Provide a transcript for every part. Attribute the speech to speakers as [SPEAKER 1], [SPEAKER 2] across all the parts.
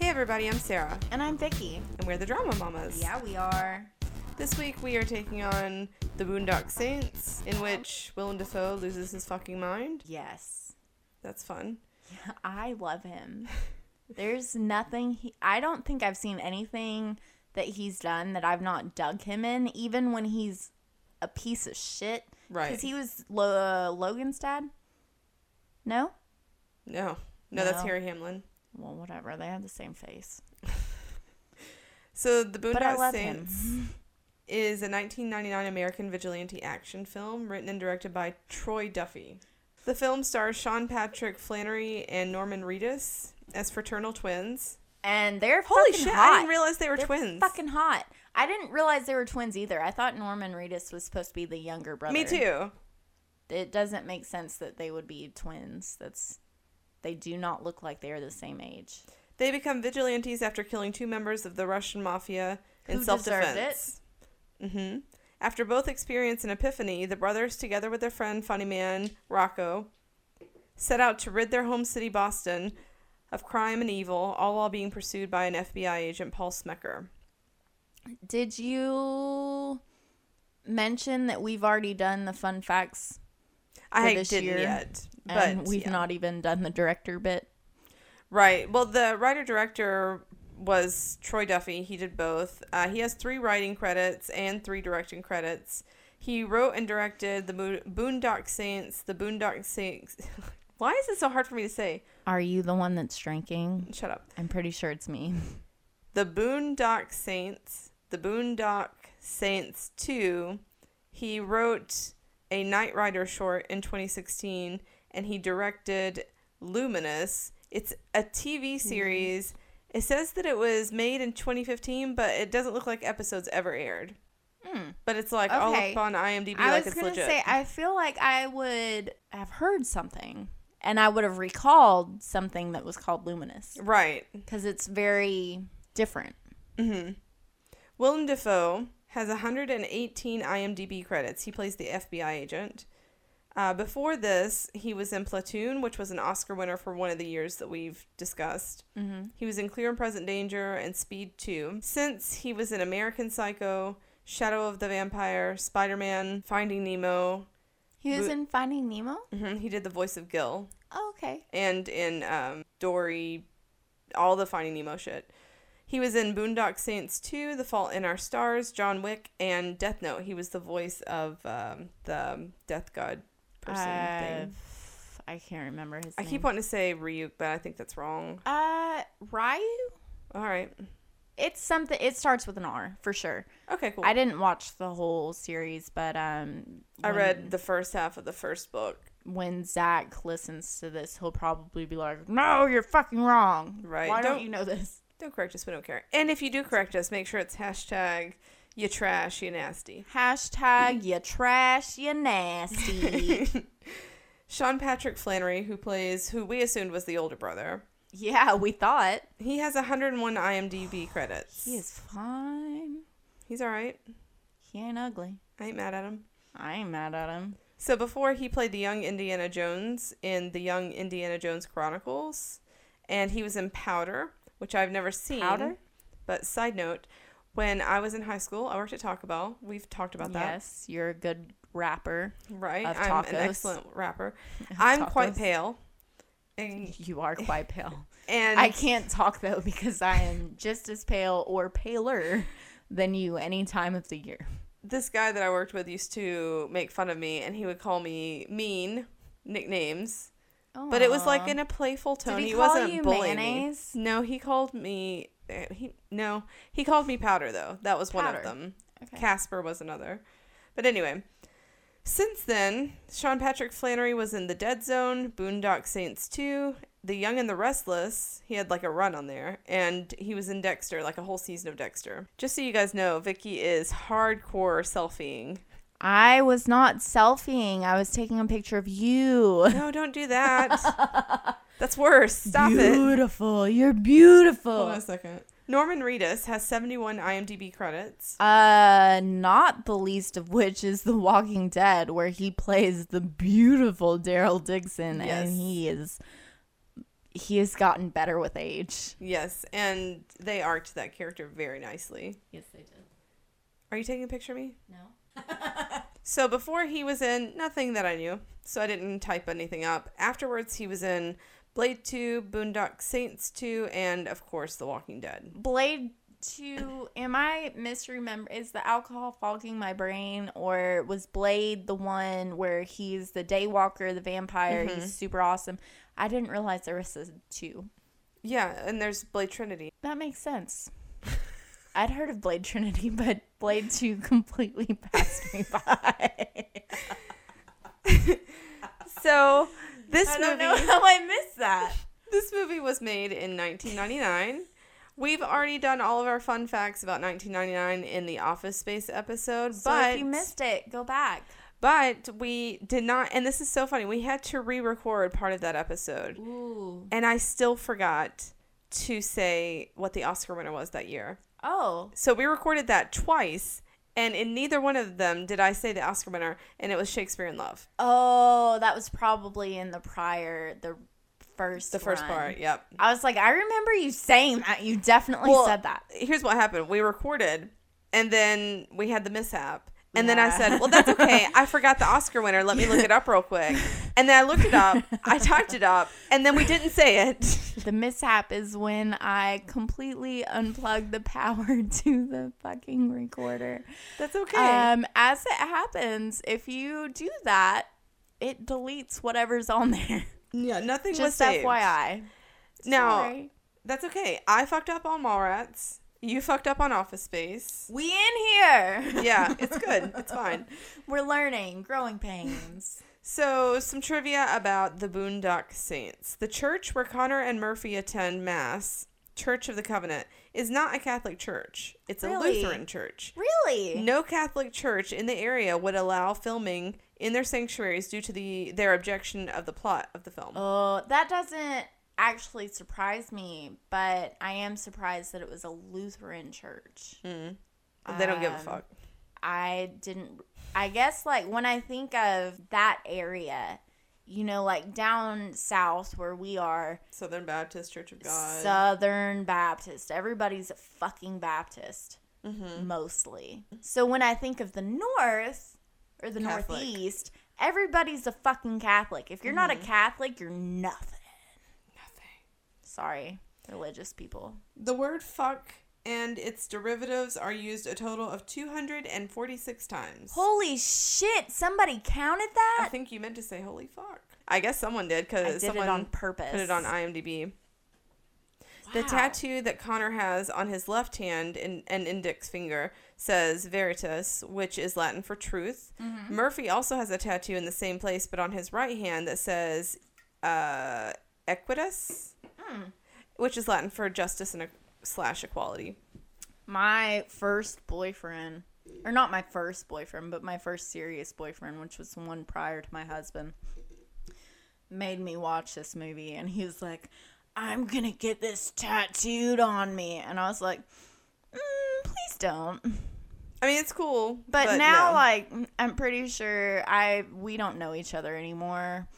[SPEAKER 1] everybody, I'm Sarah,
[SPEAKER 2] And I'm Vicky.
[SPEAKER 1] and we're the Drama Mamas.
[SPEAKER 2] Yeah, we are.
[SPEAKER 1] This week we are taking on the Boondock Saints, in which Willem Dafoe loses his fucking mind.
[SPEAKER 2] Yes.
[SPEAKER 1] That's fun.
[SPEAKER 2] I love him. There's nothing he I don't think I've seen anything that he's done that I've not dug him in even when he's a piece of shit.
[SPEAKER 1] Right.
[SPEAKER 2] Cuz he was Lo- uh, Logan's dad? No?
[SPEAKER 1] No. No, that's
[SPEAKER 2] No.
[SPEAKER 1] Harry Hamlin.
[SPEAKER 2] Well, whatever. They have the same face.
[SPEAKER 1] So the
[SPEAKER 2] But I
[SPEAKER 1] Boondock
[SPEAKER 2] love him.
[SPEAKER 1] Saints is a 1999 American vigilante action film written and directed by Troy Duffy. The film stars Sean Patrick Flannery and Norman Reedus as fraternal twins.
[SPEAKER 2] And they're
[SPEAKER 1] Holy
[SPEAKER 2] fucking
[SPEAKER 1] shit!
[SPEAKER 2] hot.
[SPEAKER 1] I didn't realize they were
[SPEAKER 2] They're
[SPEAKER 1] twins.
[SPEAKER 2] Fucking hot. I didn't realize they were twins either. I thought Norman Reedus was supposed to be the younger brother.
[SPEAKER 1] Me too.
[SPEAKER 2] It doesn't make sense that they would be twins. That's they do not look like they are the same age.
[SPEAKER 1] They become vigilantes after killing two members of the Russian mafia in
[SPEAKER 2] Who
[SPEAKER 1] self
[SPEAKER 2] deserved
[SPEAKER 1] defense. hmm After both experience an epiphany, the brothers, together with their friend Funny Man Rocco, set out to rid their home city, Boston, of crime and evil, all while being pursued by an FBI agent, Paul Smecker.
[SPEAKER 2] Did you mention that we've already done the fun facts
[SPEAKER 1] I
[SPEAKER 2] this
[SPEAKER 1] didn't
[SPEAKER 2] year,
[SPEAKER 1] yet, but
[SPEAKER 2] and we've
[SPEAKER 1] yeah.
[SPEAKER 2] not even done the director bit?
[SPEAKER 1] Right. Well, the writer director was Troy Duffy. He did both. Uh, he has three writing credits and three directing credits. He wrote and directed the Bo- Boondock Saints, the Boondock Saints. Why is it so hard for me to say?
[SPEAKER 2] Are you the one that's drinking?
[SPEAKER 1] Shut up.
[SPEAKER 2] I'm pretty sure it's me.
[SPEAKER 1] The Boondock Saints, the Boondock Saints 2. He wrote a Knight Rider short in 2016 and he directed Luminous. It's a TV
[SPEAKER 2] Mm-hmm.
[SPEAKER 1] series. It says that it was made in 2015, but it doesn't look like episodes ever aired. But it's like all
[SPEAKER 2] Hmm. Okay.
[SPEAKER 1] up on IMDb,
[SPEAKER 2] I
[SPEAKER 1] like
[SPEAKER 2] was
[SPEAKER 1] it's
[SPEAKER 2] gonna
[SPEAKER 1] legit.
[SPEAKER 2] say I feel like I would have heard something, and I would have recalled something that was called luminous
[SPEAKER 1] right.
[SPEAKER 2] because it's very different.
[SPEAKER 1] Willem Dafoe has 118 IMDb credits. He plays the FBI agent. Uh, before this, he was in Platoon, which was an Oscar winner for one of the years that we've discussed. Mm-hmm. He was in Clear and Present Danger and Speed 2. Since he was in American Psycho, Shadow of the Vampire, Spider Man, Finding Nemo,
[SPEAKER 2] He was
[SPEAKER 1] Bo-
[SPEAKER 2] in Finding Nemo.
[SPEAKER 1] mhm, he did the voice of Gil,
[SPEAKER 2] Oh, okay.
[SPEAKER 1] and in um, Dory, all the Finding Nemo shit. He was in Boondock Saints 2, The Fault in Our Stars, John Wick, and Death Note. He was the voice of um, the death god person
[SPEAKER 2] Uh,
[SPEAKER 1] thing.
[SPEAKER 2] I can't remember his
[SPEAKER 1] I
[SPEAKER 2] name.
[SPEAKER 1] keep wanting to say Ryuk, but I think that's wrong.
[SPEAKER 2] uh Ryu.
[SPEAKER 1] All right.
[SPEAKER 2] It's something. It starts with an R for sure.
[SPEAKER 1] Okay, cool.
[SPEAKER 2] I
[SPEAKER 1] I,
[SPEAKER 2] didn't watch the whole series, but um, when-
[SPEAKER 1] read the first half of the first book.
[SPEAKER 2] when Zach listens to this, he'll probably be like, "No, you're fucking wrong.
[SPEAKER 1] Right,
[SPEAKER 2] Why don't,
[SPEAKER 1] don't-
[SPEAKER 2] you know this?"
[SPEAKER 1] Don't correct us, we don't care. And if you do correct us, make sure it's hashtag you trash, you nasty.
[SPEAKER 2] Hashtag you trash, you nasty.
[SPEAKER 1] Sean Patrick Flannery, who plays, who we assumed was the older brother,
[SPEAKER 2] yeah, we thought
[SPEAKER 1] He has 101 IMDb credits.
[SPEAKER 2] he is fine.
[SPEAKER 1] He's all right.
[SPEAKER 2] He ain't ugly.
[SPEAKER 1] I ain't mad at him.
[SPEAKER 2] I ain't mad at him.
[SPEAKER 1] So before he played the young Indiana Jones in the Young Indiana Jones Chronicles, and he was in Powder, which I've never seen.
[SPEAKER 2] Powder?
[SPEAKER 1] But side note, when I was in high school, I worked at Taco Bell. We've talked about that,
[SPEAKER 2] Yes, you're a good rapper.
[SPEAKER 1] right?
[SPEAKER 2] Of
[SPEAKER 1] I'm
[SPEAKER 2] tacos.
[SPEAKER 1] an excellent rapper. I'm quite
[SPEAKER 2] Tacos.
[SPEAKER 1] pale, and,
[SPEAKER 2] You are quite pale.
[SPEAKER 1] and
[SPEAKER 2] I can't talk though because I am just as pale or paler than you any time of the year.
[SPEAKER 1] this guy that I worked with used to make fun of me, and he would call me mean nicknames. But it was like in a playful tone.
[SPEAKER 2] he
[SPEAKER 1] he,
[SPEAKER 2] call
[SPEAKER 1] wasn't
[SPEAKER 2] you
[SPEAKER 1] bullying
[SPEAKER 2] mayonnaise?
[SPEAKER 1] me. No, he called me. eh, He no, he called me powder though. That was one of
[SPEAKER 2] Powder.
[SPEAKER 1] them.
[SPEAKER 2] Okay.
[SPEAKER 1] Casper was another. But anyway, since then, Sean Patrick Flannery was in The Dead Zone, Boondock Saints 2, The Young and the Restless. He had like a run on there, and he was in Dexter, like a whole season of Dexter. Just so you guys know, Vicky is hardcore selfieing.
[SPEAKER 2] I was not selfieing. I was taking a picture of you.
[SPEAKER 1] No, don't do that. That's worse. Stop it.
[SPEAKER 2] beautiful. You're beautiful.
[SPEAKER 3] Oh.
[SPEAKER 1] Hold on a second. Norman Reedus has 71 IMDb credits.
[SPEAKER 2] Uh, not the least of which is The Walking Dead, where he plays the beautiful Daryl Dixon,
[SPEAKER 1] Yes.
[SPEAKER 2] and he is he has gotten better with age.
[SPEAKER 1] Yes, and they arced that character very nicely.
[SPEAKER 3] Yes, they did.
[SPEAKER 1] Are you taking a picture of me?
[SPEAKER 3] No.
[SPEAKER 1] So before he was in nothing that I knew, so I didn't type anything up. Afterwards, he was in Blade 2, Boondock Saints 2, and of course, The Walking Dead.
[SPEAKER 2] Blade Two, am I misremember? Is the alcohol fogging my brain, or was Blade the one where he's the daywalker, the vampire? He's super awesome. I didn't realize there was a two.
[SPEAKER 1] Yeah, and there's Blade Trinity.
[SPEAKER 2] That makes sense. I'd heard of Blade Trinity, but Blade Two completely passed me by.
[SPEAKER 1] So this
[SPEAKER 2] I
[SPEAKER 1] movie
[SPEAKER 2] don't know how I missed that.
[SPEAKER 1] this movie was made in 1999. We've already done all of our fun facts about 1999 in the Office Space episode,
[SPEAKER 2] So
[SPEAKER 1] but
[SPEAKER 2] if you missed it, go back.
[SPEAKER 1] but we did not and this is so funny. We had to re-record part of that episode.
[SPEAKER 3] Ooh.
[SPEAKER 1] And I still forgot to say what the Oscar winner was that year.
[SPEAKER 2] Oh,
[SPEAKER 1] So we recorded that twice, and in neither one of them did I say the Oscar winner, and it was Shakespeare in Love.
[SPEAKER 2] oh, that was probably in the prior, the first,
[SPEAKER 1] The first
[SPEAKER 2] one.
[SPEAKER 1] part, yep.
[SPEAKER 2] I was like, I remember you saying that. You definitely
[SPEAKER 1] Well,
[SPEAKER 2] said that.
[SPEAKER 1] Here's what happened we recorded, and then we had the mishap. And then I
[SPEAKER 2] Yeah.
[SPEAKER 1] said, Well, that's okay. I forgot the Oscar winner. Let me look it up real quick. And then I looked it up, I typed it up, and then we didn't say it.
[SPEAKER 2] The mishap is when I completely unplugged the power to the fucking recorder.
[SPEAKER 1] That's okay.
[SPEAKER 2] Um, as it happens, if you do that, it deletes whatever's on there.
[SPEAKER 1] yeah, nothing was
[SPEAKER 2] Just
[SPEAKER 1] saved.
[SPEAKER 2] FYI.
[SPEAKER 1] Now,
[SPEAKER 2] Sorry.
[SPEAKER 1] That's okay. I fucked up on Mallrats. You fucked up on Office Space.
[SPEAKER 2] we in here.
[SPEAKER 1] Yeah, it's good. It's fine.
[SPEAKER 2] We're learning, growing pains.
[SPEAKER 1] So, some trivia about the Boondock Saints. The church where Connor and Murphy attend Mass, Church of the Covenant, is not a Catholic church. It's a
[SPEAKER 2] Really?
[SPEAKER 1] Lutheran church.
[SPEAKER 2] really?
[SPEAKER 1] No Catholic church in the area would allow filming in their sanctuaries due to the their objection of the plot of the film.
[SPEAKER 2] Oh, that doesn't actually surprise me, but I am surprised that it was a Lutheran church.
[SPEAKER 1] they don't give a
[SPEAKER 2] um,
[SPEAKER 1] fuck.
[SPEAKER 2] I didn't. I guess like when I think of that area, you know, like down south where we are,
[SPEAKER 1] Southern Baptist Church of God.
[SPEAKER 2] Southern Baptist. Everybody's a fucking Baptist,
[SPEAKER 1] Mm-hmm.
[SPEAKER 2] mostly. So when I think of the North or the
[SPEAKER 1] Catholic.
[SPEAKER 2] Northeast, everybody's a fucking Catholic. If you're not
[SPEAKER 1] Mm-hmm.
[SPEAKER 2] a Catholic, you're nothing.
[SPEAKER 1] Nothing.
[SPEAKER 2] Sorry, religious people.
[SPEAKER 1] The word fuck and its derivatives are used a total of 246 times.
[SPEAKER 2] Holy shit! Somebody counted
[SPEAKER 1] I
[SPEAKER 2] that.
[SPEAKER 1] think you meant to say holy fuck. I guess someone did
[SPEAKER 2] I
[SPEAKER 1] because
[SPEAKER 2] did
[SPEAKER 1] someone
[SPEAKER 2] it on purpose.
[SPEAKER 1] put it on IMDb. The
[SPEAKER 2] Wow.
[SPEAKER 1] tattoo that Connor has on his left hand and, and index finger says veritas, which is Latin for truth.
[SPEAKER 2] Mm-hmm.
[SPEAKER 1] Murphy also has a tattoo in the same place, but on his right hand that says uh, equitas,
[SPEAKER 2] Hmm.
[SPEAKER 1] which is Latin for justice and e- slash equality.
[SPEAKER 2] my first boyfriend or not my first boyfriend but my first serious boyfriend which was the one prior to my husband made me watch this movie and he was like i'm gonna get this tattooed on me and i was like mm, please don't
[SPEAKER 1] I mean, it's cool,
[SPEAKER 2] but, now
[SPEAKER 1] no.
[SPEAKER 2] like i'm pretty sure i we don't know each other anymore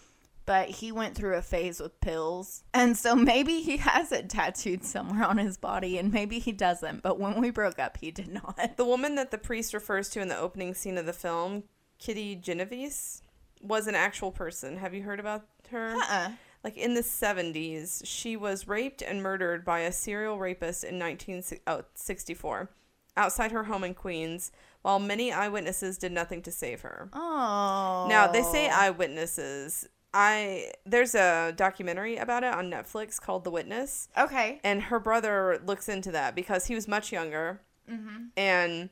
[SPEAKER 2] but he went through a phase with pills and so maybe he has it tattooed somewhere on his body and maybe he doesn't but when we broke up he did not
[SPEAKER 1] The woman that the priest refers to in the opening scene of the film, Kitty Genovese, was an actual person. Have you heard about her?
[SPEAKER 2] Uh-uh.
[SPEAKER 1] Like in the 70s, she was raped and murdered by a serial rapist in 1964 outside her home in Queens, while many eyewitnesses did nothing to save her.
[SPEAKER 2] Oh.
[SPEAKER 1] Now, they say eyewitnesses. I there's a documentary about it on Netflix called The Witness
[SPEAKER 2] Okay.
[SPEAKER 1] and her brother looks into that because he was much younger and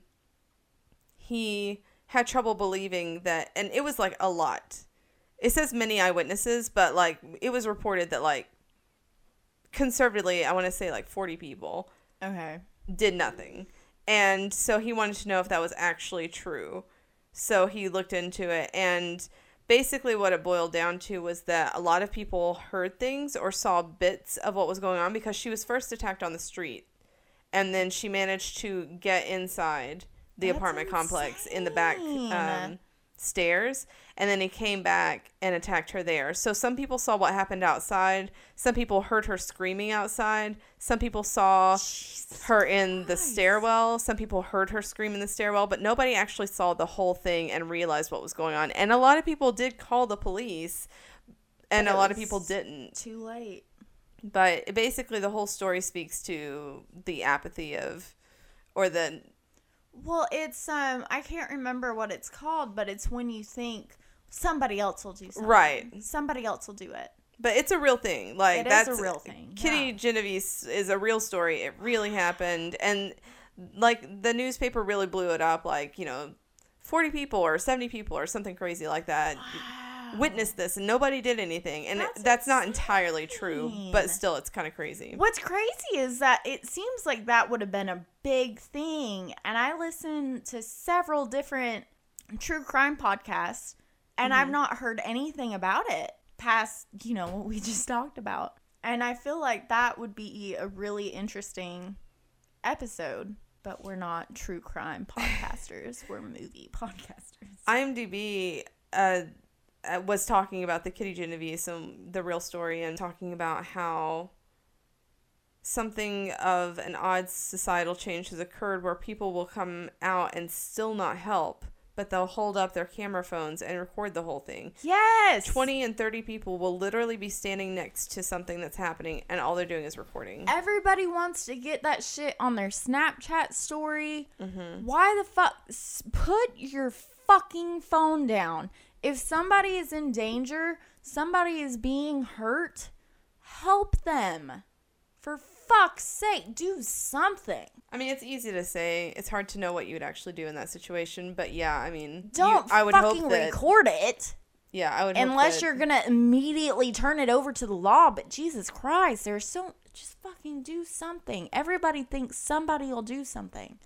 [SPEAKER 1] he had trouble believing that and it was like a lot it says many eyewitnesses but like it was reported that like conservatively i want to say like 40 people
[SPEAKER 2] Okay.
[SPEAKER 1] did nothing and so he wanted to know if that was actually true so he looked into it and basically what it boiled down to was that a lot of people heard things or saw bits of what was going on because she was first attacked on the street and then she managed to get inside the
[SPEAKER 2] That's
[SPEAKER 1] apartment complex in the back
[SPEAKER 2] insane.
[SPEAKER 1] um, stairs and then he came back and attacked her there. So some people saw what happened outside. Some people heard her screaming outside. Some people saw her in the stairwell. Some people heard her scream in the stairwell, but nobody actually saw the whole thing and realized what was going on. And a lot of people did call the police, and
[SPEAKER 2] But
[SPEAKER 1] a
[SPEAKER 2] it
[SPEAKER 1] lot of
[SPEAKER 2] was-
[SPEAKER 1] people didn't.
[SPEAKER 2] Too late.
[SPEAKER 1] But basically, the whole story speaks to the apathy of, or the
[SPEAKER 2] Well, it's um I can't remember what it's called, but it's when you think somebody else will do something.
[SPEAKER 1] Right.
[SPEAKER 2] Somebody else will do it.
[SPEAKER 1] But it's a real thing. Like
[SPEAKER 2] It is a
[SPEAKER 1] that's
[SPEAKER 2] real thing,
[SPEAKER 1] Kitty
[SPEAKER 2] yeah.
[SPEAKER 1] Genovese is a real story. It really happened, and like the newspaper really blew it up. Like you know, forty people or seventy people or something crazy like that witnessed this, and nobody did anything. And that's, that's
[SPEAKER 2] That's
[SPEAKER 1] not entirely true, but
[SPEAKER 2] insane.
[SPEAKER 1] still, it's kind of crazy.
[SPEAKER 2] What's crazy is that it seems like that would have been a big thing. And I listened to several different true crime podcasts, and I've not heard anything about it past, you know, what we just talked about. And I feel like that would be a really interesting episode. But we're not true crime podcasters, we're movie podcasters.
[SPEAKER 1] IMDb uh, uh, was talking about the Kitty Genovese and the real story, and talking about how something of an odd societal change has occurred where people will come out and still not help, but they'll hold up their camera phones and record the whole thing.
[SPEAKER 2] Yes.
[SPEAKER 1] 20 and 30 people will literally be standing next to something that's happening, and all they're doing is recording.
[SPEAKER 2] Everybody wants to get that shit on their Snapchat story.
[SPEAKER 1] Mm-hmm.
[SPEAKER 2] Why the fuck? s- Put your fucking phone down. If somebody is in danger, somebody is being hurt, help them. For fuck's sake, do something.
[SPEAKER 1] I mean, it's easy to say. It's hard to know what you would actually do in that situation, but yeah, I mean, you-
[SPEAKER 2] Don't
[SPEAKER 1] I would
[SPEAKER 2] fucking
[SPEAKER 1] hope that.
[SPEAKER 2] record it
[SPEAKER 1] yeah, I would. hope
[SPEAKER 2] unless
[SPEAKER 1] that-
[SPEAKER 2] you're gonna immediately turn it over to the law. But Jesus Christ, there's so just fucking do something. Everybody thinks somebody will do something.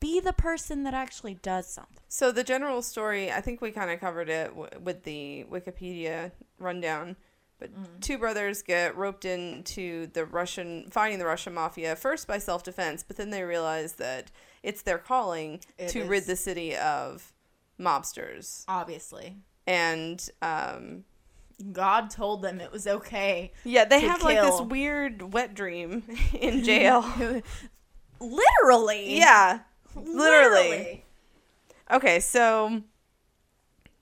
[SPEAKER 2] Be the person that actually does something.
[SPEAKER 1] So the general story, I think we kind of covered it w- with the Wikipedia rundown. But two brothers get roped into the Russian fighting the Russian mafia first by self defense, but then they realize that it's their calling
[SPEAKER 2] It
[SPEAKER 1] to
[SPEAKER 2] is.
[SPEAKER 1] rid the city of mobsters.
[SPEAKER 2] Obviously,
[SPEAKER 1] And um,
[SPEAKER 2] God told them it was okay.
[SPEAKER 1] yeah, they
[SPEAKER 2] To
[SPEAKER 1] have like this
[SPEAKER 2] kill.
[SPEAKER 1] weird wet dream in jail.
[SPEAKER 2] Literally.
[SPEAKER 1] yeah, literally. Okay, so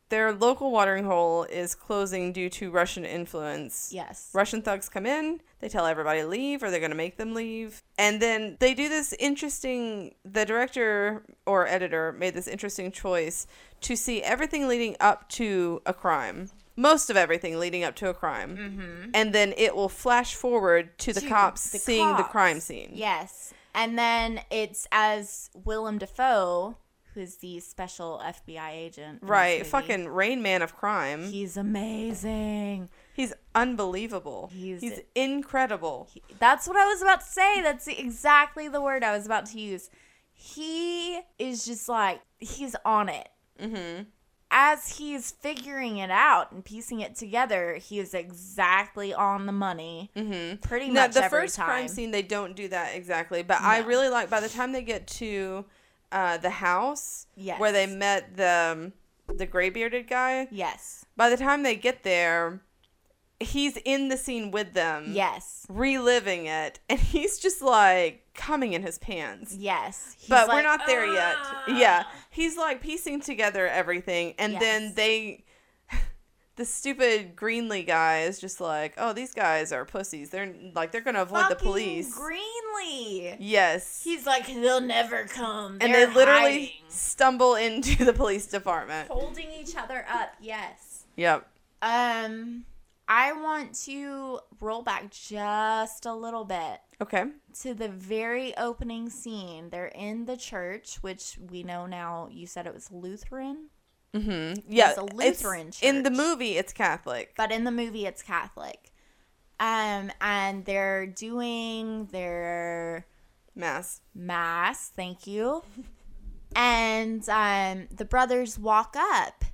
[SPEAKER 1] their local watering hole is closing due to Russian influence.
[SPEAKER 2] Yes.
[SPEAKER 1] Russian thugs come in, they tell everybody to leave or they're going to make them leave. And then they do this interesting the director or editor made this interesting choice to see everything leading up to a crime. Most of everything leading up to a crime. Mm-hmm. And then it will flash forward to the
[SPEAKER 2] To
[SPEAKER 1] cops
[SPEAKER 2] the
[SPEAKER 1] seeing the
[SPEAKER 2] cops.
[SPEAKER 1] crime scene.
[SPEAKER 2] Yes. And then it's as Willem Dafoe, who's the special FBI agent. in this
[SPEAKER 1] Right,
[SPEAKER 2] movie.
[SPEAKER 1] fucking Rain Man of crime.
[SPEAKER 2] He's amazing.
[SPEAKER 1] He's unbelievable.
[SPEAKER 2] He's-
[SPEAKER 1] He's incredible.
[SPEAKER 2] That's what I was about to say. That's exactly the word I was about to use. He is just like, he's on it.
[SPEAKER 1] Mm-hmm.
[SPEAKER 2] As he's figuring it out and piecing it together, he is exactly on the money.
[SPEAKER 1] Mm-hmm.
[SPEAKER 2] Pretty
[SPEAKER 1] Now
[SPEAKER 2] much
[SPEAKER 1] the
[SPEAKER 2] every
[SPEAKER 1] first
[SPEAKER 2] time.
[SPEAKER 1] crime scene, they don't do that exactly, but I
[SPEAKER 2] No.
[SPEAKER 1] really like. By the time they get to uh, the house
[SPEAKER 2] Yes.
[SPEAKER 1] where they met the um, the gray bearded guy,
[SPEAKER 2] Yes.
[SPEAKER 1] by the time they get there, he's in the scene with them,
[SPEAKER 2] Yes.
[SPEAKER 1] reliving it, and he's just like coming in his pants.
[SPEAKER 2] Yes. He's
[SPEAKER 1] but
[SPEAKER 2] like,
[SPEAKER 1] we're not there yet.
[SPEAKER 2] "Ah."
[SPEAKER 1] Yeah, he's like piecing together everything, and then
[SPEAKER 2] Yes.
[SPEAKER 1] they, the stupid Greenlee guy is just like, oh, these guys are pussies. They're like they're gonna avoid the
[SPEAKER 2] "Ah, Fucking
[SPEAKER 1] police.
[SPEAKER 2] Greenlee.
[SPEAKER 1] yes,
[SPEAKER 2] He's like, they'll never come.
[SPEAKER 1] and
[SPEAKER 2] They're
[SPEAKER 1] they literally
[SPEAKER 2] hiding."
[SPEAKER 1] stumble into the police department.
[SPEAKER 2] holding each other up. Yes.
[SPEAKER 1] Yep.
[SPEAKER 2] Um, I want to roll back just a little bit
[SPEAKER 1] Okay.
[SPEAKER 2] to the very opening scene. They're in the church, which we know now. You said it was Lutheran,
[SPEAKER 1] Mm-hmm. Yeah.
[SPEAKER 2] It's a Lutheran
[SPEAKER 1] In the
[SPEAKER 2] church.
[SPEAKER 1] movie, it's Catholic.
[SPEAKER 2] but in the movie, it's Catholic. Um, and they're doing their
[SPEAKER 1] Mass.
[SPEAKER 2] mass. Thank you. And um, the brothers walk up,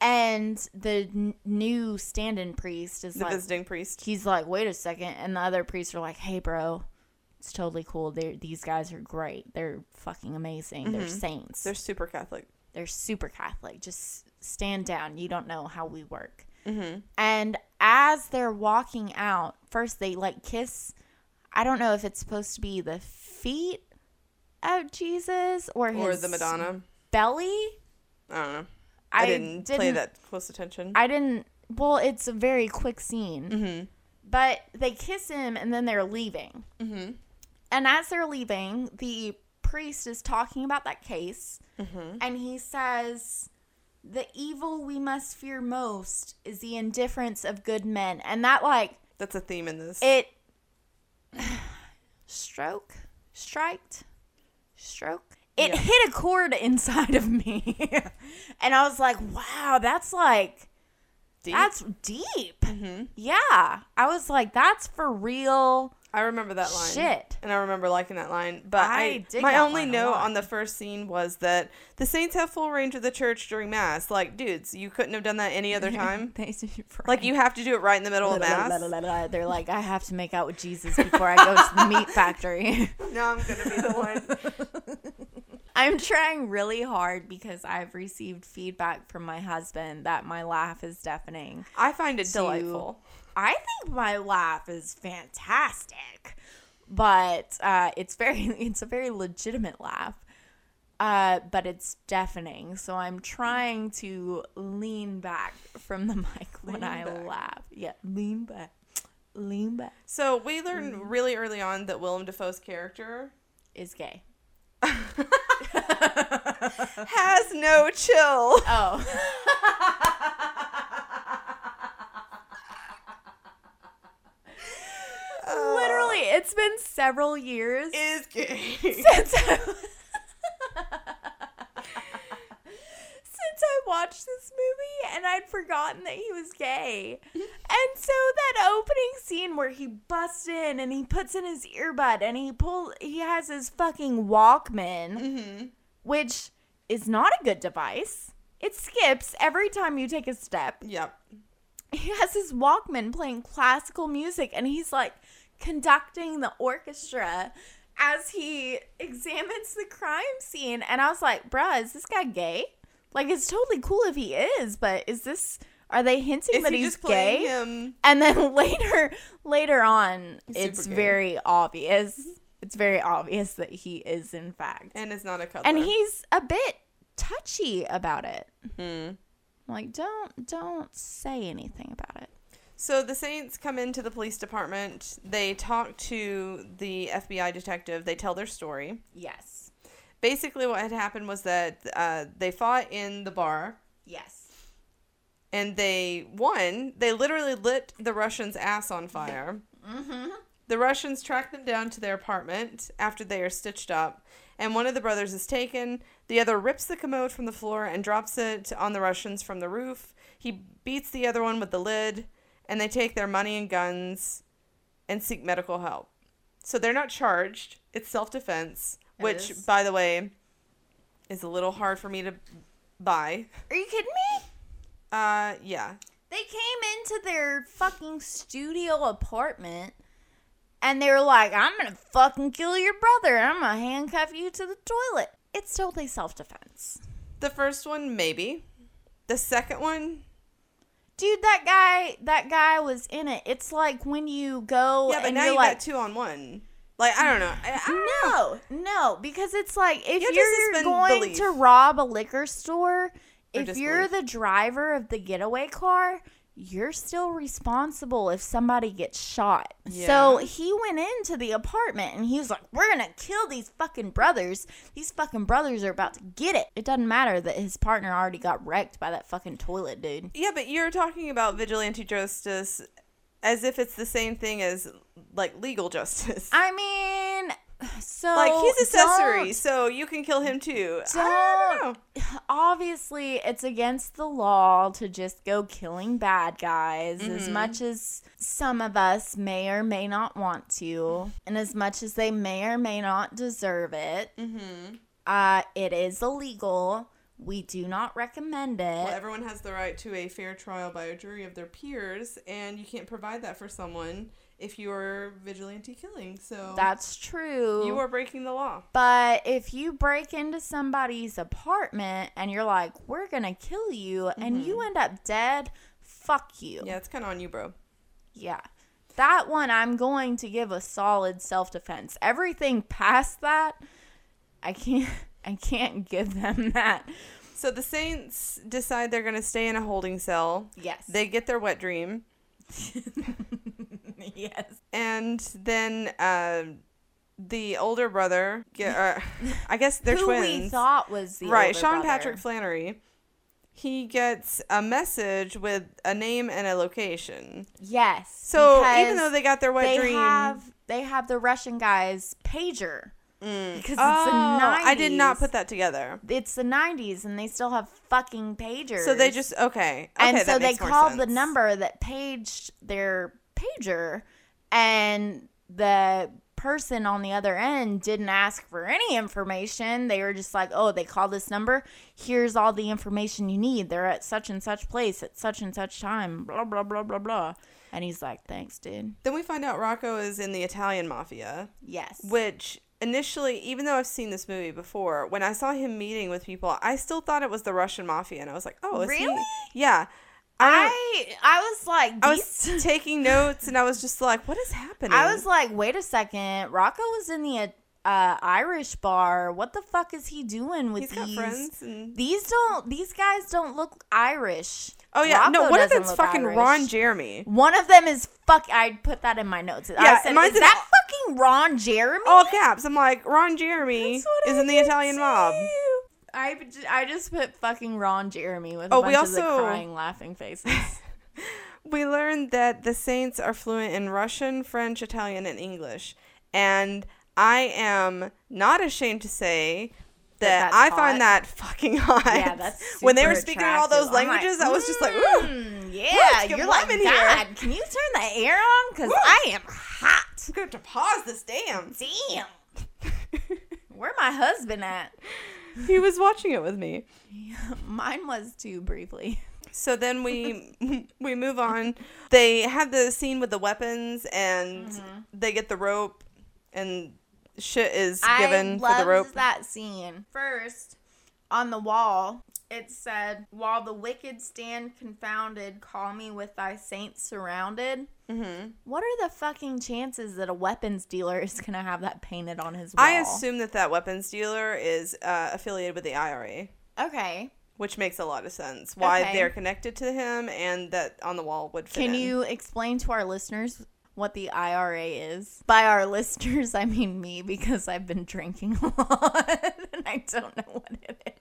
[SPEAKER 2] and the n- new stand-in priest is
[SPEAKER 1] The
[SPEAKER 2] like,
[SPEAKER 1] visiting priest.
[SPEAKER 2] he's like, wait a second. And the other priests are like, hey, bro, it's
[SPEAKER 1] Mm-hmm.
[SPEAKER 2] totally cool. They're, these guys are great. They're fucking amazing. They're saints.
[SPEAKER 1] They're super Catholic.
[SPEAKER 2] They're super Catholic. Just stand down. You don't know how we work.
[SPEAKER 1] Mm-hmm.
[SPEAKER 2] And as they're walking out, first they like kiss. I don't know if it's supposed to be the feet of Jesus or his
[SPEAKER 1] Or the Madonna.
[SPEAKER 2] belly.
[SPEAKER 1] I don't know. I, didn't, play
[SPEAKER 2] didn't-
[SPEAKER 1] that close attention.
[SPEAKER 2] I didn't. Well, it's a very quick scene. But they kiss him and then they're leaving. Mm-hmm. And as they're leaving, the priest is talking about that case. And he says, The evil we must fear most is the indifference of good men. And that, like,
[SPEAKER 1] That's a theme in this.
[SPEAKER 2] it. stroke? Striked? Stroke? It
[SPEAKER 1] Yeah.
[SPEAKER 2] hit a chord inside of me. and I was like, Wow, that's like.
[SPEAKER 1] Deep.
[SPEAKER 2] That's deep. Yeah. I was like, that's for real.
[SPEAKER 1] I remember that line.
[SPEAKER 2] Shit.
[SPEAKER 1] And I remember liking that line. But I,
[SPEAKER 2] I dig
[SPEAKER 1] my
[SPEAKER 2] that
[SPEAKER 1] only
[SPEAKER 2] line a
[SPEAKER 1] note
[SPEAKER 2] lot.
[SPEAKER 1] on the first scene was that the saints have full range of the church during mass. Like, dudes, you couldn't have done that any other time. like, you have to do it right in the middle of mass.
[SPEAKER 2] They're like, I have to make out with Jesus before I go to the meat factory.
[SPEAKER 1] No, I'm gonna be the one.
[SPEAKER 2] I'm trying really hard because I've received feedback from my husband that my laugh is deafening.
[SPEAKER 1] I find it delightful.
[SPEAKER 2] I think my laugh is fantastic, but uh, it's very it's a very legitimate laugh. Uh, but it's deafening, so I'm trying to lean back from the mic when
[SPEAKER 1] Lean
[SPEAKER 2] I
[SPEAKER 1] back.
[SPEAKER 2] laugh. Yeah, lean back, lean back
[SPEAKER 1] So we
[SPEAKER 2] Mm-hmm.
[SPEAKER 1] learned really early on that Willem Dafoe's character
[SPEAKER 2] is gay.
[SPEAKER 1] has no chill.
[SPEAKER 2] Oh, literally, it's been several years
[SPEAKER 1] is gay.
[SPEAKER 2] since I, since I watched this movie and I'd forgotten that he was gay. And so that opening scene where he busts in and he puts in his earbud and he pull he has his fucking Walkman, which is not a good device. It skips every time you take a step
[SPEAKER 1] Yep.
[SPEAKER 2] he has his Walkman playing classical music and he's like conducting the orchestra as he examines the crime scene. And I was like, bruh, is this guy gay? Like, it's totally cool if he is, but is this, are they hinting
[SPEAKER 1] Is
[SPEAKER 2] that
[SPEAKER 1] he
[SPEAKER 2] he's
[SPEAKER 1] just playing
[SPEAKER 2] gay?
[SPEAKER 1] him?
[SPEAKER 2] And then later, later on,
[SPEAKER 1] super
[SPEAKER 2] it's
[SPEAKER 1] gay.
[SPEAKER 2] very obvious. It's very obvious that he is, in fact.
[SPEAKER 1] And it's not a cuddler.
[SPEAKER 2] And he's a bit touchy about it.
[SPEAKER 1] Hmm.
[SPEAKER 2] Like, don't, don't say anything about it.
[SPEAKER 1] So the Saints come into the police department. They talk to the FBI detective. They tell their story.
[SPEAKER 2] Yes.
[SPEAKER 1] Basically, what had happened was that uh, they fought in the bar
[SPEAKER 2] Yes.
[SPEAKER 1] and they won. They literally lit the Russians' ass on fire.
[SPEAKER 2] Mm-hmm.
[SPEAKER 1] The Russians track them down to their apartment after they are stitched up, and one of the brothers is taken. The other rips the commode from the floor and drops it on the Russians from the roof. He beats the other one with the lid, and they take their money and guns and seek medical help. So they're not charged. It's self defense,
[SPEAKER 2] It
[SPEAKER 1] which,
[SPEAKER 2] is.
[SPEAKER 1] by the way, is a little hard for me to buy.
[SPEAKER 2] Are you kidding me?
[SPEAKER 1] Uh, yeah.
[SPEAKER 2] They came into their fucking studio apartment and they were like, I'm gonna fucking kill your brother. I'm gonna handcuff you to the toilet. It's totally self defense.
[SPEAKER 1] The first one, maybe. The second one,
[SPEAKER 2] Dude, that guy that guy was in it. It's like when you go
[SPEAKER 1] yeah, but
[SPEAKER 2] and
[SPEAKER 1] now
[SPEAKER 2] you're
[SPEAKER 1] you
[SPEAKER 2] like
[SPEAKER 1] got two on one. Like I don't know. I, I don't know.
[SPEAKER 2] No, no, because it's like if
[SPEAKER 1] You have to
[SPEAKER 2] you're
[SPEAKER 1] suspend
[SPEAKER 2] going
[SPEAKER 1] belief.
[SPEAKER 2] to rob a liquor store, if you're
[SPEAKER 1] disbelief.
[SPEAKER 2] the driver of the getaway car, you're still responsible if somebody gets shot. So
[SPEAKER 1] Yeah.
[SPEAKER 2] he went into the apartment and he was like, We're gonna kill these fucking brothers. These fucking brothers are about to get it. It doesn't matter that his partner already got wrecked by that fucking toilet, dude.
[SPEAKER 1] Yeah, but you're talking about vigilante justice as if it's the same thing as like legal justice.
[SPEAKER 2] I mean, so
[SPEAKER 1] like he's accessory,
[SPEAKER 2] don't-
[SPEAKER 1] so you can kill him too. I don't
[SPEAKER 2] Don't.
[SPEAKER 1] know.
[SPEAKER 2] Obviously, it's against the law to just go killing bad guys as
[SPEAKER 1] Mm-hmm.
[SPEAKER 2] much as some of us may or may not want to, and as much as they may or may not deserve it. Mm-hmm. Uh, it is illegal. We do not recommend it.
[SPEAKER 1] Well, everyone has the right to a fair trial by a jury of their peers, and you can't provide that for someone if you are vigilante killing. So
[SPEAKER 2] That's true.
[SPEAKER 1] you are breaking the law.
[SPEAKER 2] But if you break into somebody's apartment and you're like, we're going to kill you, and
[SPEAKER 1] Mm-hmm.
[SPEAKER 2] you end up dead, fuck you.
[SPEAKER 1] Yeah, it's kind of on you, bro.
[SPEAKER 2] Yeah. That one, I'm going to give a solid self defense. Everything past that, I can't. I can't give them that.
[SPEAKER 1] So the Saints decide they're going to stay in a holding cell.
[SPEAKER 2] Yes.
[SPEAKER 1] They get their wet dream,
[SPEAKER 2] yes.
[SPEAKER 1] and then uh, the older brother. Get, uh, I guess they're
[SPEAKER 2] Who
[SPEAKER 1] twins.
[SPEAKER 2] we thought was the
[SPEAKER 1] right
[SPEAKER 2] older
[SPEAKER 1] sean
[SPEAKER 2] brother.
[SPEAKER 1] patrick flannery he gets a message with a name and a location
[SPEAKER 2] Yes.
[SPEAKER 1] so even
[SPEAKER 2] because
[SPEAKER 1] though they got their wet
[SPEAKER 2] they
[SPEAKER 1] dream
[SPEAKER 2] have they have the Russian guy's pager because it's
[SPEAKER 1] oh,
[SPEAKER 2] the 90s.
[SPEAKER 1] i did not put that together
[SPEAKER 2] It's the 90s and they still have fucking pagers.
[SPEAKER 1] so they just okay, okay
[SPEAKER 2] and
[SPEAKER 1] that
[SPEAKER 2] so they
[SPEAKER 1] makes more
[SPEAKER 2] called the
[SPEAKER 1] sense.
[SPEAKER 2] number that paged their pager and the person on the other end didn't ask for any information they were just like oh they called this number here's all the information you need they're at such and such place at such and such time blah blah blah blah blah and he's like thanks dude
[SPEAKER 1] then we find out rocco is in the italian mafia
[SPEAKER 2] yes
[SPEAKER 1] which initially even though i've seen this movie before when i saw him meeting with people i still thought it was the russian mafia and i was like oh is he-
[SPEAKER 2] Really?
[SPEAKER 1] yeah I, don't-
[SPEAKER 2] i i was like
[SPEAKER 1] I
[SPEAKER 2] these
[SPEAKER 1] was taking notes and i was just like what is happening
[SPEAKER 2] I was like, wait a second. Rocco was in the uh, Irish bar. What the fuck is he doing with
[SPEAKER 1] He's got
[SPEAKER 2] these?
[SPEAKER 1] friends and
[SPEAKER 2] These don't. These guys don't look Irish.
[SPEAKER 1] oh yeah, no.
[SPEAKER 2] Rocco
[SPEAKER 1] One of
[SPEAKER 2] doesn't
[SPEAKER 1] them's
[SPEAKER 2] look
[SPEAKER 1] fucking
[SPEAKER 2] Irish.
[SPEAKER 1] Ron Jeremy.
[SPEAKER 2] One of them is fuck. I put that in my notes.
[SPEAKER 1] Yeah,
[SPEAKER 2] I said,
[SPEAKER 1] mine's
[SPEAKER 2] is
[SPEAKER 1] in-
[SPEAKER 2] that fucking Ron Jeremy?
[SPEAKER 1] All caps. I'm like Ron Jeremy
[SPEAKER 2] That's what
[SPEAKER 1] is
[SPEAKER 2] I
[SPEAKER 1] in the Italian
[SPEAKER 2] did
[SPEAKER 1] mob.
[SPEAKER 2] too. I, j- I just put fucking Ron Jeremy with a
[SPEAKER 1] Oh,
[SPEAKER 2] bunch
[SPEAKER 1] we
[SPEAKER 2] of
[SPEAKER 1] also-
[SPEAKER 2] the crying laughing faces.
[SPEAKER 1] We learned that the Saints are fluent in Russian, French, Italian, and English, and I am not ashamed to say. That,
[SPEAKER 2] That
[SPEAKER 1] I
[SPEAKER 2] that's
[SPEAKER 1] find
[SPEAKER 2] hot.
[SPEAKER 1] that fucking hot.
[SPEAKER 2] Yeah, that's
[SPEAKER 1] when they
[SPEAKER 2] super
[SPEAKER 1] were speaking in all those
[SPEAKER 2] attractive. I'm like,
[SPEAKER 1] languages. I was just like, Ooh,
[SPEAKER 2] Mm,
[SPEAKER 1] let's
[SPEAKER 2] yeah,
[SPEAKER 1] get
[SPEAKER 2] you're
[SPEAKER 1] warm
[SPEAKER 2] like,
[SPEAKER 1] in here.
[SPEAKER 2] God, can you turn the air on? Because
[SPEAKER 1] Woo.
[SPEAKER 2] I am hot.
[SPEAKER 1] I'm going to pause this damn.
[SPEAKER 2] Damn. Where my husband at?
[SPEAKER 1] he was watching it with me.
[SPEAKER 2] Mine was too briefly.
[SPEAKER 1] So then we we move on. They have the scene with the weapons and
[SPEAKER 2] Mm-hmm.
[SPEAKER 1] they get the rope and shit is given
[SPEAKER 2] I
[SPEAKER 1] for the rope.
[SPEAKER 2] loved that scene. First, on the wall, it said, "While the wicked stand confounded, call me with thy saints surrounded."
[SPEAKER 1] hmm
[SPEAKER 2] What are the fucking chances that a weapons dealer is gonna have that painted on his wall?
[SPEAKER 1] I assume that that weapons dealer is uh, affiliated with the IRA,
[SPEAKER 2] Okay,
[SPEAKER 1] which makes a lot of sense. Why
[SPEAKER 2] Okay.
[SPEAKER 1] they're connected to him and that on the wall would fit.
[SPEAKER 2] Can
[SPEAKER 1] in.
[SPEAKER 2] you explain to our listeners what the IRA is? By our listeners, I mean me because I've been drinking a lot and I don't know what it is.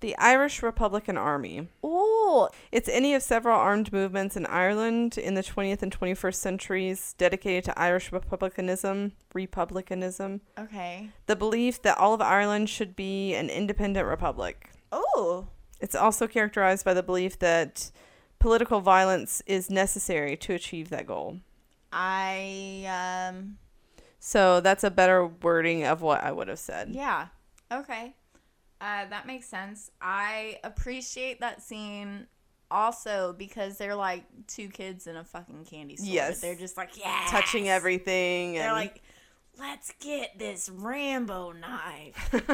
[SPEAKER 1] The Irish Republican Army.
[SPEAKER 2] Oh,
[SPEAKER 1] It's any of several armed movements in Ireland in the 20th and 21st centuries dedicated to Irish republicanism, republicanism.
[SPEAKER 2] okay.
[SPEAKER 1] the belief that all of Ireland should be an independent republic.
[SPEAKER 2] Oh,
[SPEAKER 1] It's also characterized by the belief that political violence is necessary to achieve that goal.
[SPEAKER 2] I um
[SPEAKER 1] So that's a better wording of what I would have said.
[SPEAKER 2] yeah. Okay. Uh, that makes sense. I appreciate that scene also because they're like two kids in a fucking candy store.
[SPEAKER 1] Yes.
[SPEAKER 2] They're just like, yeah.
[SPEAKER 1] Touching everything and
[SPEAKER 2] They're like, let's get this Rambo knife.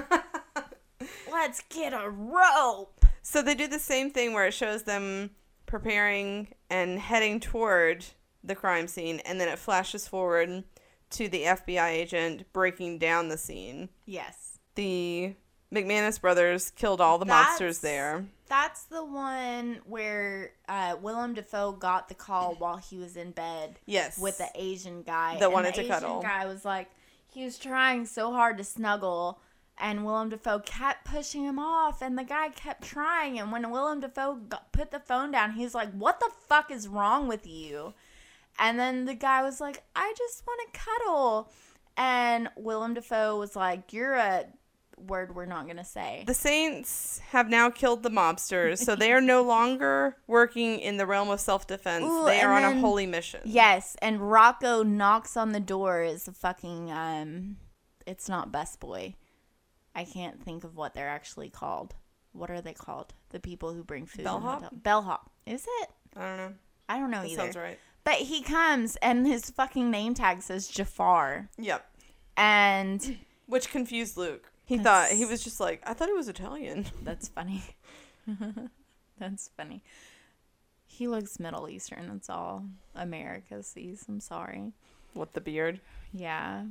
[SPEAKER 2] let's get a rope.
[SPEAKER 1] so they do the same thing where it shows them preparing and heading toward the crime scene and then it flashes forward to the FBI agent breaking down the scene.
[SPEAKER 2] Yes.
[SPEAKER 1] The McManus brothers killed all the monsters
[SPEAKER 2] That's-
[SPEAKER 1] there.
[SPEAKER 2] That's the one where uh, Willem Dafoe got the call while he was in bed
[SPEAKER 1] Yes.
[SPEAKER 2] with the Asian guy.
[SPEAKER 1] That
[SPEAKER 2] and
[SPEAKER 1] wanted
[SPEAKER 2] the
[SPEAKER 1] to
[SPEAKER 2] Asian
[SPEAKER 1] cuddle.
[SPEAKER 2] guy was like, he was trying so hard to snuggle, and Willem Dafoe kept pushing him off, and the guy kept trying. And when Willem Dafoe got, put the phone down, he's like, "What the fuck is wrong with you?" And then the guy was like, "I just want to cuddle," and Willem Dafoe was like, "You're a word we're not gonna say."
[SPEAKER 1] The Saints have now killed the mobsters, so they are no longer working in the realm of self defense.
[SPEAKER 2] Ooh,
[SPEAKER 1] They are on
[SPEAKER 2] and
[SPEAKER 1] a
[SPEAKER 2] then-
[SPEAKER 1] holy mission.
[SPEAKER 2] Yes, and Rocco knocks on the door is a fucking um it's not best boy. I can't think of what they're actually called. what are they called? The people who bring food. in
[SPEAKER 1] Bellhop?
[SPEAKER 2] hotel- Bellhop. Is it?
[SPEAKER 1] I don't know.
[SPEAKER 2] I don't know
[SPEAKER 1] That
[SPEAKER 2] either.
[SPEAKER 1] sounds right.
[SPEAKER 2] But he comes and his fucking name tag says Jafar.
[SPEAKER 1] Yep.
[SPEAKER 2] And
[SPEAKER 1] Which confused Luke. He
[SPEAKER 2] That's-
[SPEAKER 1] thought he was just like, I thought he was Italian.
[SPEAKER 2] that's funny. that's funny. He looks Middle Eastern. That's all America sees. I'm sorry.
[SPEAKER 1] What the beard?
[SPEAKER 2] Yeah.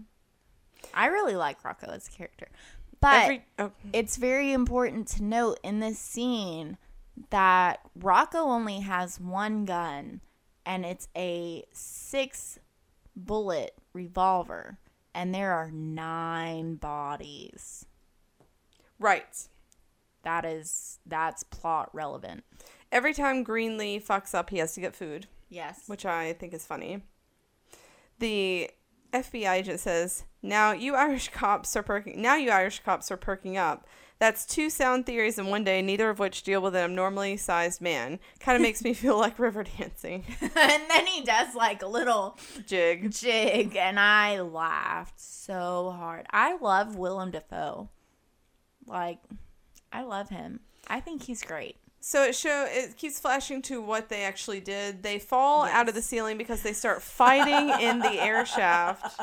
[SPEAKER 2] I really like Rocco as a character. But
[SPEAKER 1] Every oh,
[SPEAKER 2] it's very important to note in this scene that Rocco only has one gun and it's a six bullet revolver and there are nine bodies.
[SPEAKER 1] right.
[SPEAKER 2] That is that's plot relevant.
[SPEAKER 1] Every time Greenlee fucks up, he has to get food,
[SPEAKER 2] Yes.
[SPEAKER 1] which I think is funny. The FBI agent says, "Now you Irish cops are perking. Now you Irish cops are perking up. That's two sound theories in one day, neither of which deal with an abnormally sized man. Kind of makes me feel like river dancing.
[SPEAKER 2] and then he does like a little
[SPEAKER 1] Jig.
[SPEAKER 2] jig and I laughed so hard. I love Willem Dafoe. Like I love him. I think he's great.
[SPEAKER 1] So it show it keeps flashing to what they actually did. They fall out of the ceiling because they start fighting in the air shaft.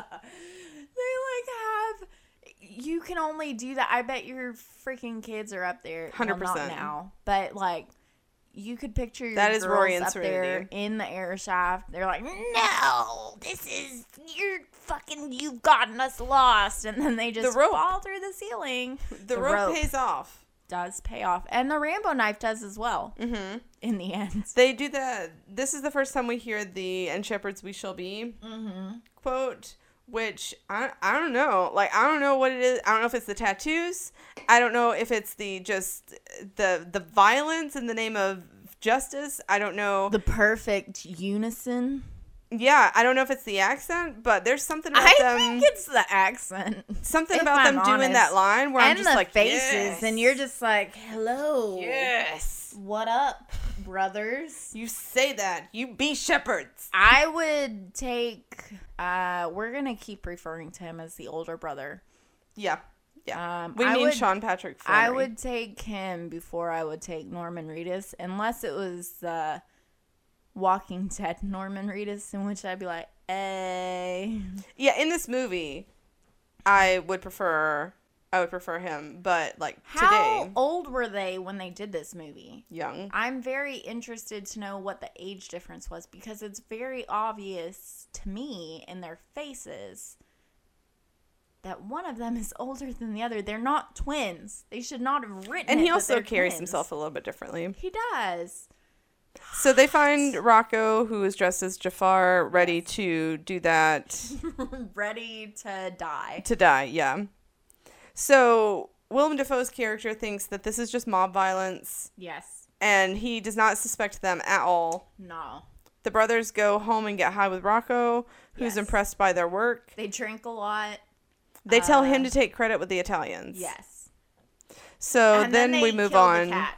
[SPEAKER 2] They like have. You can only do that. I bet your freaking kids are up there. Well, not
[SPEAKER 1] 100%.
[SPEAKER 2] now, but like you could picture your
[SPEAKER 1] That is
[SPEAKER 2] girls
[SPEAKER 1] Rory and
[SPEAKER 2] up there
[SPEAKER 1] Serenity.
[SPEAKER 2] in the air shaft. They're like, no, this is you're fucking. You've gotten us lost, and then they just
[SPEAKER 1] rope.
[SPEAKER 2] fall through the ceiling.
[SPEAKER 1] The, rope, pays off.
[SPEAKER 2] does pay off, and the Rambo knife does as well. Mm-hmm. In the end,
[SPEAKER 1] They do the. This is the first time we hear the "And shepherds we shall be" quote, which I I don't know. Like I don't know what it is. I don't know if it's the tattoos. I don't know if it's the just the the violence in the name of justice. I don't know.
[SPEAKER 2] the perfect unison.
[SPEAKER 1] yeah, I don't know if it's the accent, but there's something about
[SPEAKER 2] I
[SPEAKER 1] them.
[SPEAKER 2] think it's the accent.
[SPEAKER 1] something
[SPEAKER 2] if
[SPEAKER 1] about them
[SPEAKER 2] I'm
[SPEAKER 1] doing that
[SPEAKER 2] honest.
[SPEAKER 1] line where I'm
[SPEAKER 2] and
[SPEAKER 1] just
[SPEAKER 2] the
[SPEAKER 1] like
[SPEAKER 2] faces,
[SPEAKER 1] "Yes,
[SPEAKER 2] and you're just like, "Hello,
[SPEAKER 1] yes.
[SPEAKER 2] what up, brothers?"
[SPEAKER 1] You say that you be shepherds.
[SPEAKER 2] I would take. Uh, we're gonna keep referring to him as the older brother.
[SPEAKER 1] Yeah, yeah.
[SPEAKER 2] Um,
[SPEAKER 1] we
[SPEAKER 2] I
[SPEAKER 1] mean
[SPEAKER 2] would,
[SPEAKER 1] Sean Patrick. Flannery.
[SPEAKER 2] I would take him before I would take Norman Reedus, unless it was the Walking Dead Norman Reedus, in which I'd be like, "Hey,
[SPEAKER 1] Yeah, in this movie, I would prefer. I would prefer him, but like
[SPEAKER 2] how
[SPEAKER 1] today,
[SPEAKER 2] old were they when they did this movie?"
[SPEAKER 1] young.
[SPEAKER 2] I'm very interested to know what the age difference was because it's very obvious to me in their faces that one of them is older than the other. They're not twins. They should not have written.
[SPEAKER 1] And
[SPEAKER 2] it
[SPEAKER 1] he
[SPEAKER 2] that
[SPEAKER 1] also
[SPEAKER 2] they're
[SPEAKER 1] carries
[SPEAKER 2] twins.
[SPEAKER 1] himself a little bit differently.
[SPEAKER 2] He does.
[SPEAKER 1] So they find Rocco, who is dressed as Jafar, ready to do that
[SPEAKER 2] Ready to die.
[SPEAKER 1] to die. Yeah. So Willem Dafoe's character thinks that this is just mob violence,
[SPEAKER 2] Yes.
[SPEAKER 1] and he does not suspect them at all.
[SPEAKER 2] No.
[SPEAKER 1] The brothers go home and get high with Rocco, who's
[SPEAKER 2] Yes.
[SPEAKER 1] impressed by their work.
[SPEAKER 2] They drink a lot.
[SPEAKER 1] They tell him to take credit with the Italians.
[SPEAKER 2] Uh, Yes.
[SPEAKER 1] So
[SPEAKER 2] And
[SPEAKER 1] then, we
[SPEAKER 2] they
[SPEAKER 1] move
[SPEAKER 2] kill the
[SPEAKER 1] on
[SPEAKER 2] cat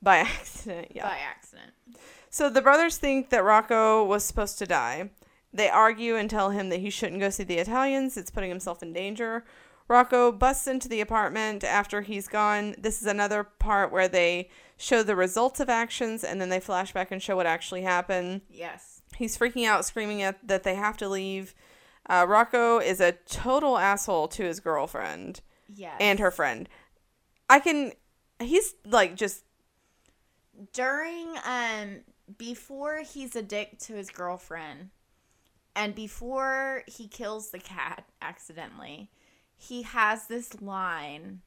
[SPEAKER 1] by accident. Yeah.
[SPEAKER 2] by accident.
[SPEAKER 1] So the brothers think that Rocco was supposed to die. They argue and tell him that he shouldn't go see the Italians, it's putting himself in danger. Rocco busts into the apartment after he's gone. This is another part where they show the results of actions and then they flash back and show what actually happened.
[SPEAKER 2] Yes.
[SPEAKER 1] He's freaking out, screaming at that they have to leave. Uh, Rocco is a total asshole to his girlfriend
[SPEAKER 2] Yes.
[SPEAKER 1] and her friend. I can. He's like just
[SPEAKER 2] during um before he's a dick to his girlfriend and before he kills the cat accidentally he has this line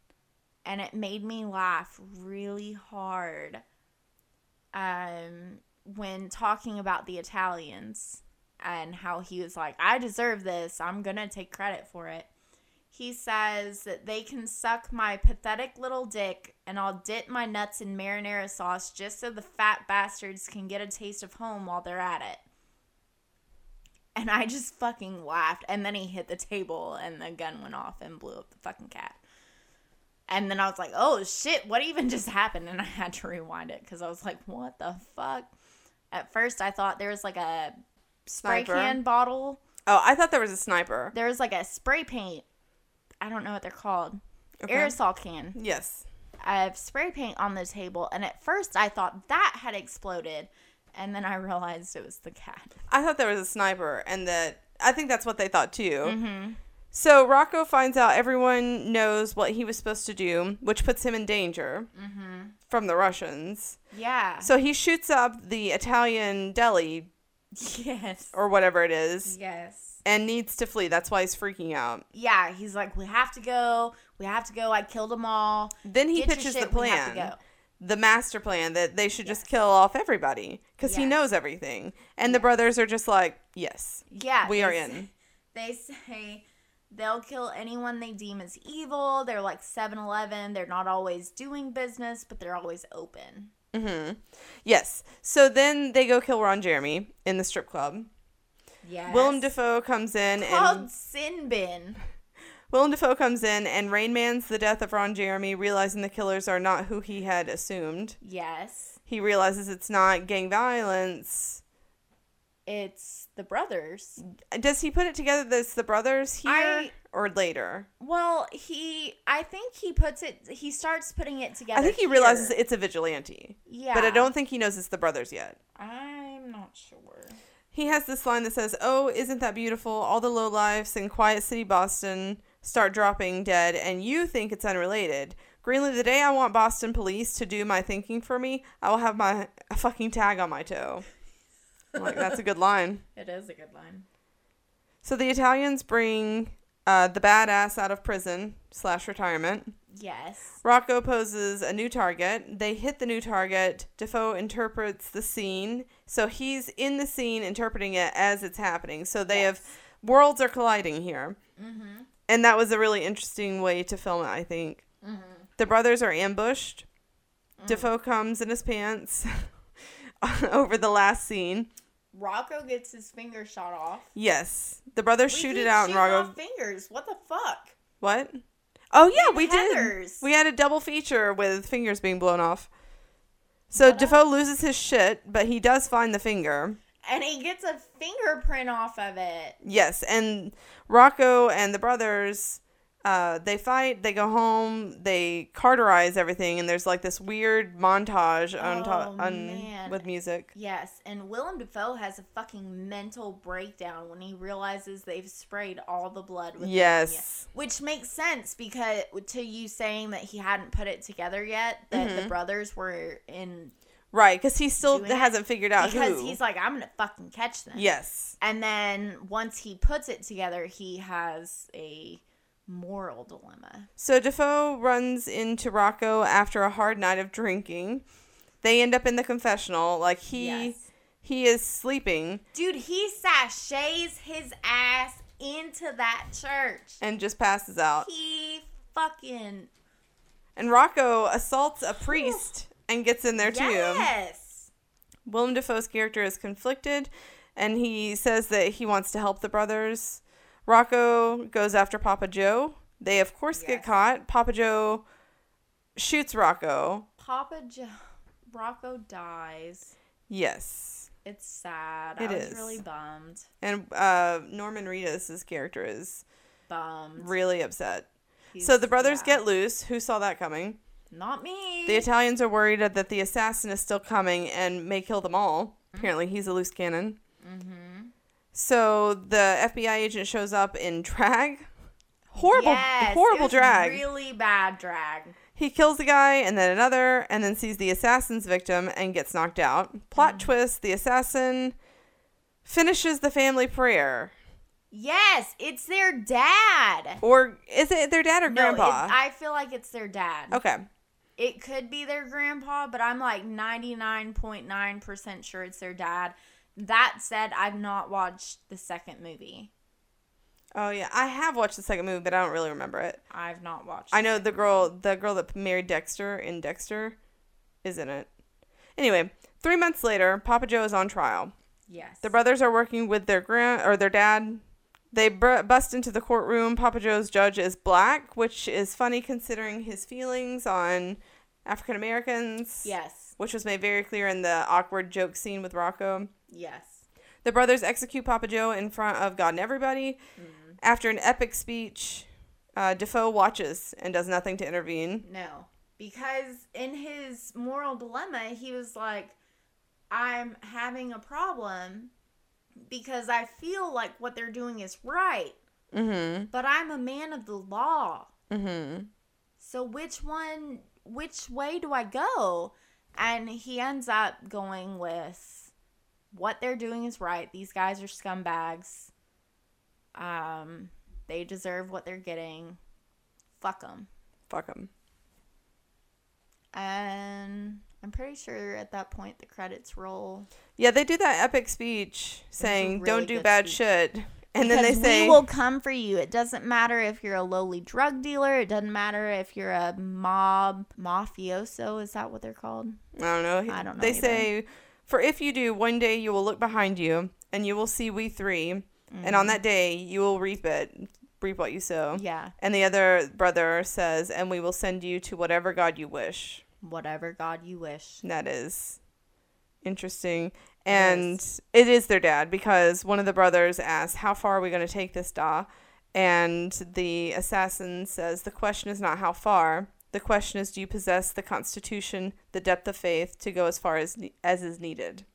[SPEAKER 2] and it made me laugh really hard um when talking about the Italians and how he was like I deserve this I'm going to take credit for it he says that they can suck my pathetic little dick and I'll dip my nuts in marinara sauce just so the fat bastards can get a taste of home while they're at it. And I just fucking laughed. And then he hit the table and the gun went off and blew up the fucking cat. And then I was like, oh shit, what even just happened? And I had to rewind it because I was like, what the fuck? At first, I thought there was like a spray
[SPEAKER 1] Sniper.
[SPEAKER 2] can bottle
[SPEAKER 1] Oh, I thought there was a sniper.
[SPEAKER 2] there was like a spray paint. I don't know what they're called. Aerosol can.
[SPEAKER 1] Yes.
[SPEAKER 2] I have spray paint on the table, and at first I thought that had exploded, and then I realized it was the cat.
[SPEAKER 1] I thought there was a sniper, and that I think that's what they thought too. So Rocco finds out everyone knows what he was supposed to do, which puts him in danger from the Russians.
[SPEAKER 2] Yeah.
[SPEAKER 1] So he shoots up the Italian deli
[SPEAKER 2] yes.
[SPEAKER 1] or whatever it is
[SPEAKER 2] Yes.
[SPEAKER 1] and needs to flee. That's why he's freaking out.
[SPEAKER 2] Yeah, he's like, we have to go. We have to go. I killed them all.
[SPEAKER 1] Then he
[SPEAKER 2] Get your
[SPEAKER 1] pitches
[SPEAKER 2] shit,
[SPEAKER 1] the
[SPEAKER 2] we have to
[SPEAKER 1] plan,
[SPEAKER 2] go.
[SPEAKER 1] the master plan that they should just kill off everybody because he
[SPEAKER 2] Yes.
[SPEAKER 1] knows everything. And the brothers are just like, yes,
[SPEAKER 2] Yeah.
[SPEAKER 1] we
[SPEAKER 2] they
[SPEAKER 1] are
[SPEAKER 2] s-
[SPEAKER 1] in.
[SPEAKER 2] They say they'll kill anyone they deem as evil. They're like 7 Eleven. They're not always doing business, but they're always open.
[SPEAKER 1] Yes. So then they go kill Ron Jeremy in the strip club.
[SPEAKER 2] Yeah.
[SPEAKER 1] Willem Dafoe comes in
[SPEAKER 2] called
[SPEAKER 1] and
[SPEAKER 2] Sin Bin.
[SPEAKER 1] Willem Dafoe comes in and Rainman's the death of Ron Jeremy, realizing the killers are not who he had assumed.
[SPEAKER 2] Yes.
[SPEAKER 1] He realizes it's not gang violence.
[SPEAKER 2] It's the brothers.
[SPEAKER 1] Does he put it together that it's the brothers here
[SPEAKER 2] I-
[SPEAKER 1] or later?
[SPEAKER 2] Well, he I think he puts it he starts putting it together.
[SPEAKER 1] I think he
[SPEAKER 2] here.
[SPEAKER 1] realizes it's a vigilante.
[SPEAKER 2] Yeah.
[SPEAKER 1] But I don't think he knows it's the brothers yet.
[SPEAKER 2] I'm not sure.
[SPEAKER 1] He has this line that says, Oh, isn't that beautiful? All the low lives in quiet city Boston start dropping dead, and you think it's unrelated. Greenly, the day I want Boston police to do my thinking for me, I will have my a fucking tag on my toe. I'm like, that's a good line.
[SPEAKER 2] It is a good line.
[SPEAKER 1] So the Italians bring uh, the badass out of prison slash retirement.
[SPEAKER 2] Yes.
[SPEAKER 1] Rocco poses a new target. They hit the new target. Defoe interprets the scene. So he's in the scene interpreting it as it's happening. So they have worlds are colliding here.
[SPEAKER 2] Mm-hmm.
[SPEAKER 1] And that was a really interesting way to film it, I think.
[SPEAKER 2] Mm-hmm.
[SPEAKER 1] The brothers are ambushed.
[SPEAKER 2] Mm.
[SPEAKER 1] Defoe comes in his pants over the last scene.
[SPEAKER 2] Rocco gets his finger shot off.
[SPEAKER 1] Yes. The brothers
[SPEAKER 2] We
[SPEAKER 1] shoot
[SPEAKER 2] keep
[SPEAKER 1] it out and
[SPEAKER 2] shooting
[SPEAKER 1] Rocco.
[SPEAKER 2] off fingers. What the fuck?
[SPEAKER 1] What? Oh yeah, we
[SPEAKER 2] Heathers.
[SPEAKER 1] did. We had a double feature with fingers being blown off. So Defoe loses his shit, but he does find the finger.
[SPEAKER 2] And he gets a fingerprint off of it.
[SPEAKER 1] Yes, and Rocco and the brothers, uh, they fight. They go home. They carterize everything, and there's like this weird montage on top
[SPEAKER 2] Oh,
[SPEAKER 1] on
[SPEAKER 2] man.
[SPEAKER 1] with music.
[SPEAKER 2] Yes, and Willem Dafoe has a fucking mental breakdown when he realizes they've sprayed all the blood with ammonia.
[SPEAKER 1] Yes.
[SPEAKER 2] Which makes sense because to you saying that he hadn't put it together yet, that
[SPEAKER 1] Mm-hmm.
[SPEAKER 2] the brothers were in
[SPEAKER 1] Right, because he still
[SPEAKER 2] Doing it
[SPEAKER 1] hasn't figured out
[SPEAKER 2] because
[SPEAKER 1] Oh, who.
[SPEAKER 2] he's like, I'm gonna fucking catch them.
[SPEAKER 1] yes.
[SPEAKER 2] And then once he puts it together, he has a moral dilemma.
[SPEAKER 1] So Defoe runs into Rocco after a hard night of drinking. They end up in the confessional. Like he
[SPEAKER 2] Yes.
[SPEAKER 1] he is sleeping
[SPEAKER 2] Dude, he sachets his ass into that church.
[SPEAKER 1] and just passes out.
[SPEAKER 2] He fucking
[SPEAKER 1] And Rocco assaults a priest and gets in there too.
[SPEAKER 2] yes.
[SPEAKER 1] Willem Defoe's character is conflicted and he says that he wants to help the brothers. Rocco goes after Papa Joe. They of course get
[SPEAKER 2] Yes.
[SPEAKER 1] caught. Papa Joe shoots Rocco.
[SPEAKER 2] Papa jo- Rocco dies.
[SPEAKER 1] Yes.
[SPEAKER 2] It's sad.
[SPEAKER 1] It
[SPEAKER 2] I was
[SPEAKER 1] is.
[SPEAKER 2] really bummed.
[SPEAKER 1] And uh, Norman Reedus' character is
[SPEAKER 2] Bummed.
[SPEAKER 1] really upset. So the brothers
[SPEAKER 2] yeah.
[SPEAKER 1] get loose. Who saw that coming?
[SPEAKER 2] not me.
[SPEAKER 1] The Italians are worried that the assassin is still coming and may kill them all.
[SPEAKER 2] Mm-hmm.
[SPEAKER 1] Apparently, he's a loose cannon. So the FBI agent shows up in drag. Horrible,
[SPEAKER 2] Yes, it
[SPEAKER 1] horrible
[SPEAKER 2] was
[SPEAKER 1] drag.
[SPEAKER 2] Really bad drag.
[SPEAKER 1] he kills the guy and then another, and then sees the assassin's victim and gets knocked out. Plot
[SPEAKER 2] Mm.
[SPEAKER 1] twist the assassin finishes the family prayer.
[SPEAKER 2] Yes, it's their dad.
[SPEAKER 1] Or is it their dad or
[SPEAKER 2] No, it's,
[SPEAKER 1] grandpa?
[SPEAKER 2] I feel like it's their dad.
[SPEAKER 1] okay.
[SPEAKER 2] It could be their grandpa, but I'm like 99.9% sure it's their dad. That said, I've not watched the second movie.
[SPEAKER 1] Oh yeah, I have watched the second movie, but I don't really remember it.
[SPEAKER 2] I've not watched.
[SPEAKER 1] I know the girl, the girl that married Dexter in Dexter, is in it. Anyway, three months later, Papa Joe is on trial.
[SPEAKER 2] Yes.
[SPEAKER 1] The brothers are working with their grand or their dad. They br- bust into the courtroom. Papa Joe's judge is black, which is funny considering his feelings on African Americans.
[SPEAKER 2] yes.
[SPEAKER 1] Which was made very clear in the awkward joke scene with Rocco.
[SPEAKER 2] Yes.
[SPEAKER 1] The brothers execute Papa Joe in front of God and everybody.
[SPEAKER 2] Mm-hmm.
[SPEAKER 1] After an epic speech, uh, Defoe watches and does nothing to intervene.
[SPEAKER 2] No. because in his moral dilemma, he was like, I'm having a problem because I feel like what they're doing is right,
[SPEAKER 1] Mm-hmm.
[SPEAKER 2] but I'm a man of the law.
[SPEAKER 1] Mm-hmm.
[SPEAKER 2] So which one, which way do I go? And he ends up going with what they're doing is right. These guys are scumbags. Um, they deserve what they're getting. Fuck them.
[SPEAKER 1] Fuck them.
[SPEAKER 2] And I'm pretty sure at that point the credits roll.
[SPEAKER 1] Yeah, they do that epic speech saying,
[SPEAKER 2] really
[SPEAKER 1] "Don't do
[SPEAKER 2] good
[SPEAKER 1] bad
[SPEAKER 2] speech.
[SPEAKER 1] shit," and then they
[SPEAKER 2] Because
[SPEAKER 1] say,
[SPEAKER 2] "We will come for you." It doesn't matter if you're a lowly drug dealer. It doesn't matter if you're a mob mafioso. Is that what they're called?
[SPEAKER 1] "I don't know."
[SPEAKER 2] I don't know
[SPEAKER 1] They
[SPEAKER 2] either.
[SPEAKER 1] say, "For if you do, one day you will look behind you, and you will see we 3 and on that day you will reap it, reap what you sow."
[SPEAKER 2] Mm. Yeah,
[SPEAKER 1] And the other brother says, "And we will send you to whatever god you wish."
[SPEAKER 2] whatever God you wish.
[SPEAKER 1] That is interesting.
[SPEAKER 2] It
[SPEAKER 1] And it is their dad because one of the brothers asks, How far are we going to take this, Da? And the assassin says, The question is not how far. The question is, do you possess the constitution, the depth of faith to go as far as, ne- as is needed?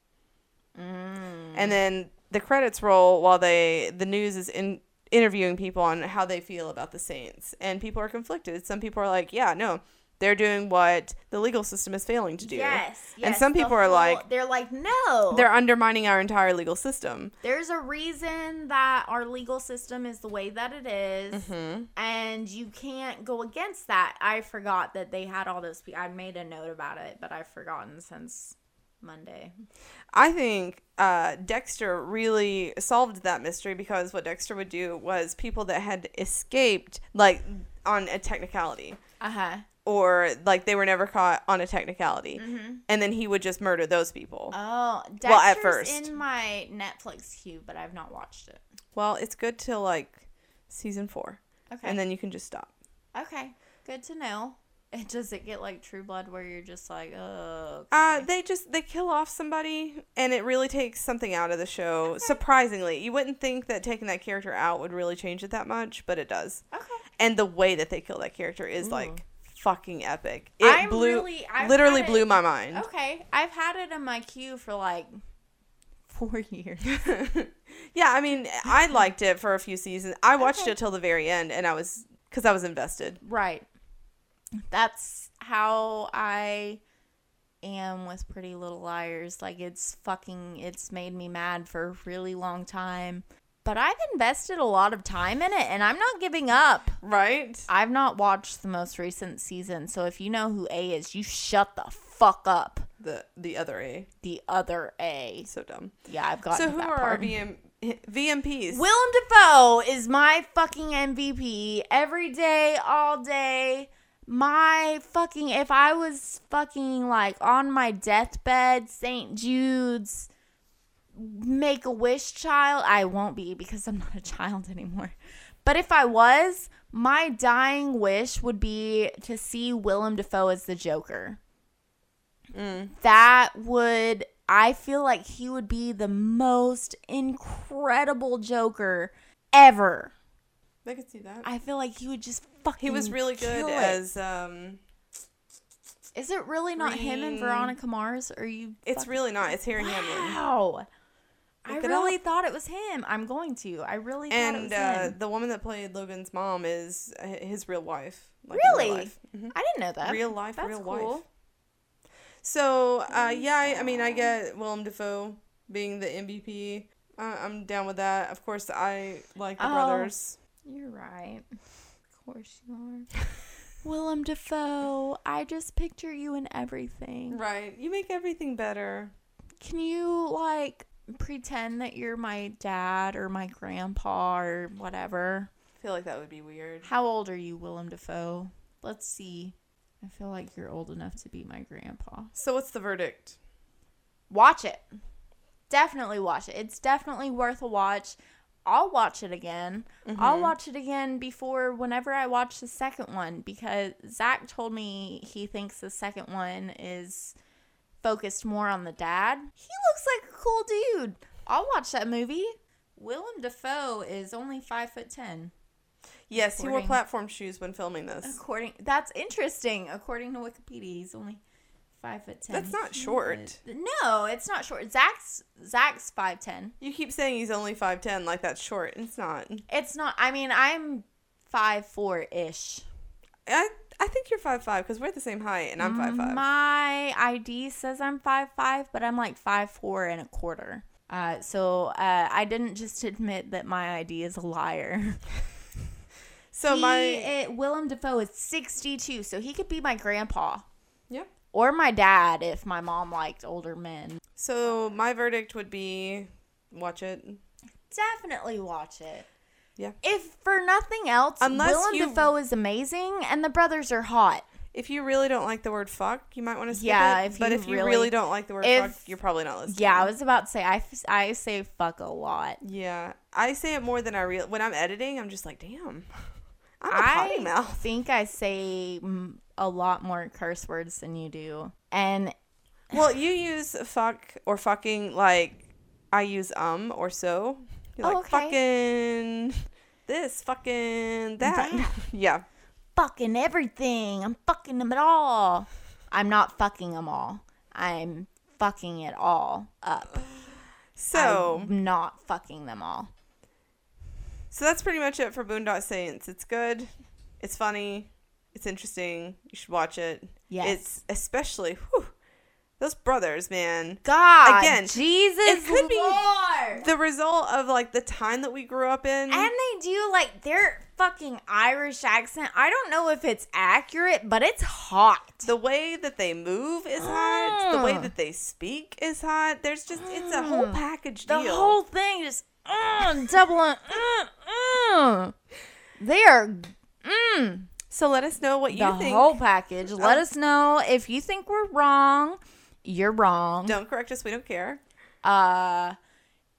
[SPEAKER 2] Mm.
[SPEAKER 1] And then the credits roll while they the news is in interviewing people on how they feel about the Saints. And people are conflicted. Some people are like, yeah, no, they're doing what the legal system is failing to do.
[SPEAKER 2] Yes,
[SPEAKER 1] And
[SPEAKER 2] yes,
[SPEAKER 1] some
[SPEAKER 2] the
[SPEAKER 1] people are like-
[SPEAKER 2] they're like, no.
[SPEAKER 1] They're undermining our entire legal system.
[SPEAKER 2] There's a reason that our legal system is the way that it is,
[SPEAKER 1] Mm-hmm.
[SPEAKER 2] and you can't go against that. I forgot that they had all those. Pe- I made a note about it, but I've forgotten since Monday.
[SPEAKER 1] I think uh, Dexter really solved that mystery because what Dexter would do was people that had escaped, like on a technicality,
[SPEAKER 2] Uh
[SPEAKER 1] Uh-huh.
[SPEAKER 2] huh.
[SPEAKER 1] or like they were never caught on a technicality,
[SPEAKER 2] Mm-hmm.
[SPEAKER 1] and then he would just murder those people.
[SPEAKER 2] Oh, Dexter's
[SPEAKER 1] Well, at first.
[SPEAKER 2] in my Netflix queue, but I've not watched it.
[SPEAKER 1] well, it's good till like season four,
[SPEAKER 2] Okay.
[SPEAKER 1] and then you can just stop.
[SPEAKER 2] okay. Good to know. It does it get like True Blood where you're just like, oh.
[SPEAKER 1] Uh, they just they kill off somebody, and it really takes something out of the show. Surprisingly, you wouldn't think that taking that character out would really change it that much, but it does.
[SPEAKER 2] okay.
[SPEAKER 1] And the way that they kill that character is
[SPEAKER 2] Ooh.
[SPEAKER 1] like fucking epic. It
[SPEAKER 2] I'm
[SPEAKER 1] blew,
[SPEAKER 2] really- I've
[SPEAKER 1] literally
[SPEAKER 2] had it-
[SPEAKER 1] blew my mind.
[SPEAKER 2] Okay. I've had it in my queue for like four years.
[SPEAKER 1] yeah, I mean, I liked it for a few seasons. I watched
[SPEAKER 2] Okay.
[SPEAKER 1] it till the very end, and I was because I was invested.
[SPEAKER 2] Right. That's how I am with Pretty Little Liars. Like it's fucking it's made me mad for a really long time. But I've invested a lot of time in it and I'm not giving up.
[SPEAKER 1] Right?
[SPEAKER 2] I've not watched the most recent season, so if you know who A is, you shut the fuck up.
[SPEAKER 1] The the other A,
[SPEAKER 2] The other A.
[SPEAKER 1] so dumb.
[SPEAKER 2] Yeah, I've gotten
[SPEAKER 1] so
[SPEAKER 2] to
[SPEAKER 1] who
[SPEAKER 2] that
[SPEAKER 1] are our
[SPEAKER 2] part.
[SPEAKER 1] VM, VMPs?
[SPEAKER 2] Willem Dafoe is my fucking MVP every day, all day. My fucking, if I was fucking like on my deathbed, St. Jude's make a wish child, I won't be because I'm not a child anymore. But if I was, my dying wish would be to see Willem Dafoe as the Joker
[SPEAKER 1] Mm.
[SPEAKER 2] that would I feel like he would be the most incredible Joker ever.
[SPEAKER 1] I could see that.
[SPEAKER 2] I feel like he would just fucking.
[SPEAKER 1] He was really good
[SPEAKER 2] kill it.
[SPEAKER 1] as um
[SPEAKER 2] Is it really not him and
[SPEAKER 1] Green-
[SPEAKER 2] Veronica Mars? Or are you?
[SPEAKER 1] it's
[SPEAKER 2] fucking-
[SPEAKER 1] really not, it's Harry Hamlin.
[SPEAKER 2] wow. I
[SPEAKER 1] Look it
[SPEAKER 2] really thought it was him. I'm going to. I really thought it
[SPEAKER 1] And
[SPEAKER 2] was
[SPEAKER 1] uh,
[SPEAKER 2] him.
[SPEAKER 1] the woman that played Logan's mom is uh, his real wife. Like, in
[SPEAKER 2] Really?
[SPEAKER 1] Real life. Mhm.
[SPEAKER 2] I didn't know that.
[SPEAKER 1] real life,
[SPEAKER 2] That's
[SPEAKER 1] real
[SPEAKER 2] cool.
[SPEAKER 1] life. So uh, yeah, I, I mean, I get Willem Dafoe being the MVP. Uh, I'm down with that. Of course, I like the
[SPEAKER 2] Oh.
[SPEAKER 1] brothers.
[SPEAKER 2] You're right. Of course you are. Willem Dafoe. I just picture you in everything.
[SPEAKER 1] Right, you make everything better.
[SPEAKER 2] Can you like pretend that you're my dad or my grandpa or whatever?
[SPEAKER 1] I feel like that would be weird.
[SPEAKER 2] How old are you, Willem Dafoe? Let's see. I feel like you're old enough to be my grandpa.
[SPEAKER 1] So what's the verdict?
[SPEAKER 2] Watch it. Definitely watch it. It's definitely worth a watch. I'll watch it again.
[SPEAKER 1] Mm-hmm.
[SPEAKER 2] I'll watch it again before whenever I watch the second one because Zach told me he thinks the second one is focused more on the dad. He looks like a cool dude. I'll watch that movie. Willem Dafoe is only five foot ten.
[SPEAKER 1] Yes, he wore
[SPEAKER 2] According-
[SPEAKER 1] platform shoes when filming this.
[SPEAKER 2] According that's interesting. According to Wikipedia, he's only five foot ten.
[SPEAKER 1] That's not short.
[SPEAKER 2] No, it's not short. Zach's Zach's five ten.
[SPEAKER 1] You keep saying he's only 5'10, like that's short. It's not.
[SPEAKER 2] It's not. I mean, I'm five four ish.
[SPEAKER 1] I I think you're five five because we're the same height and I'm five five.
[SPEAKER 2] Mm, My ID says I'm five five, but I'm like five four and a quarter. Uh, so uh, I didn't just admit that my ID is a liar.
[SPEAKER 1] So
[SPEAKER 2] he,
[SPEAKER 1] my
[SPEAKER 2] it, Willem Dafoe is sixty two, so he could be my grandpa
[SPEAKER 1] yep.
[SPEAKER 2] or my dad if my mom liked older men.
[SPEAKER 1] So my verdict would be watch it.
[SPEAKER 2] definitely watch it.
[SPEAKER 1] Yeah.
[SPEAKER 2] If for nothing else,
[SPEAKER 1] Unless
[SPEAKER 2] Willem
[SPEAKER 1] you-
[SPEAKER 2] Dafoe is amazing and the brothers are hot.
[SPEAKER 1] If you really don't like the word fuck, you might want to skip
[SPEAKER 2] Yeah,
[SPEAKER 1] it.
[SPEAKER 2] if
[SPEAKER 1] but
[SPEAKER 2] you
[SPEAKER 1] if you really,
[SPEAKER 2] really-
[SPEAKER 1] don't like the word
[SPEAKER 2] if-
[SPEAKER 1] fuck, you're probably not listening.
[SPEAKER 2] Yeah, I was about to say I, f- I say fuck a lot.
[SPEAKER 1] Yeah, I say it more than I real. When I'm editing, I'm just like, damn, I'm a potty
[SPEAKER 2] I
[SPEAKER 1] mouth.
[SPEAKER 2] think I say mm, a lot more curse words than you do, and
[SPEAKER 1] Well, you use fuck or fucking like I use um or so. You're
[SPEAKER 2] Oh,
[SPEAKER 1] like fucking this, fucking that.
[SPEAKER 2] That.
[SPEAKER 1] yeah.
[SPEAKER 2] fucking everything. I'm fucking them at all. I'm not fucking them all. I'm fucking it all up.
[SPEAKER 1] So
[SPEAKER 2] I'm not fucking them all.
[SPEAKER 1] so that's pretty much it for Boondock Saints. It's good. It's funny. It's interesting. You should watch it.
[SPEAKER 2] Yes.
[SPEAKER 1] It's especially whew, those brothers, man.
[SPEAKER 2] God,
[SPEAKER 1] Again,
[SPEAKER 2] Jesus,
[SPEAKER 1] could be-
[SPEAKER 2] Lord.
[SPEAKER 1] The result of like the time that we grew up in.
[SPEAKER 2] And they do like their fucking Irish accent. I don't know if it's accurate, but it's hot.
[SPEAKER 1] the way that they move is hot. The way
[SPEAKER 2] Mm.
[SPEAKER 1] that they speak is hot. There's just it's a whole
[SPEAKER 2] Mm.
[SPEAKER 1] package
[SPEAKER 2] The
[SPEAKER 1] deal.
[SPEAKER 2] whole thing just mm, double and mm, mm. They are mm,
[SPEAKER 1] So let us know what you
[SPEAKER 2] the
[SPEAKER 1] think.
[SPEAKER 2] whole package. Let us know if you think we're wrong. You're wrong.
[SPEAKER 1] Don't correct us. We don't care.
[SPEAKER 2] Uh,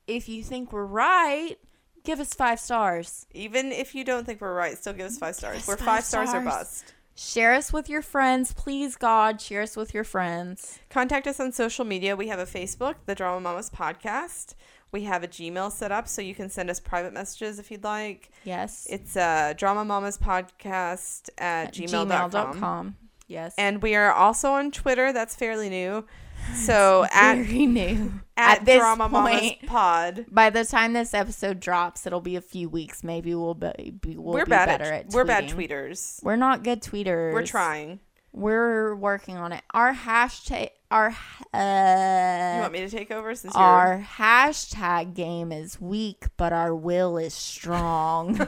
[SPEAKER 2] if you think we're right, give us five stars.
[SPEAKER 1] Even if you don't think we're right, still give us five stars.
[SPEAKER 2] us
[SPEAKER 1] we're
[SPEAKER 2] five
[SPEAKER 1] five stars, or
[SPEAKER 2] stars.
[SPEAKER 1] bust.
[SPEAKER 2] Share us with your friends, please, God. Share us with your friends.
[SPEAKER 1] Contact us on social media. We have a Facebook, The Drama Mamas Podcast. We have a Gmail set up so you can send us private messages if you'd like.
[SPEAKER 2] Yes.
[SPEAKER 1] It's uh, Drama Mamas Podcast at, gmail dot gmail.com.
[SPEAKER 2] gmail.com. Yes.
[SPEAKER 1] And we are also on Twitter. That's fairly new. So at,
[SPEAKER 2] very new.
[SPEAKER 1] at,
[SPEAKER 2] this
[SPEAKER 1] Drama Mamas
[SPEAKER 2] point,
[SPEAKER 1] Pod.
[SPEAKER 2] by the time this episode drops, it'll be a few weeks. Maybe we'll be, be we'll
[SPEAKER 1] we're
[SPEAKER 2] be
[SPEAKER 1] bad
[SPEAKER 2] better
[SPEAKER 1] at,
[SPEAKER 2] at
[SPEAKER 1] we're bad
[SPEAKER 2] tweeting.
[SPEAKER 1] tweeters.
[SPEAKER 2] We're not good tweeters.
[SPEAKER 1] We're trying.
[SPEAKER 2] We're working on it. Our hashtag our
[SPEAKER 1] You
[SPEAKER 2] uh,
[SPEAKER 1] want me to take over since you're
[SPEAKER 2] our hashtag game is weak, but our will is strong.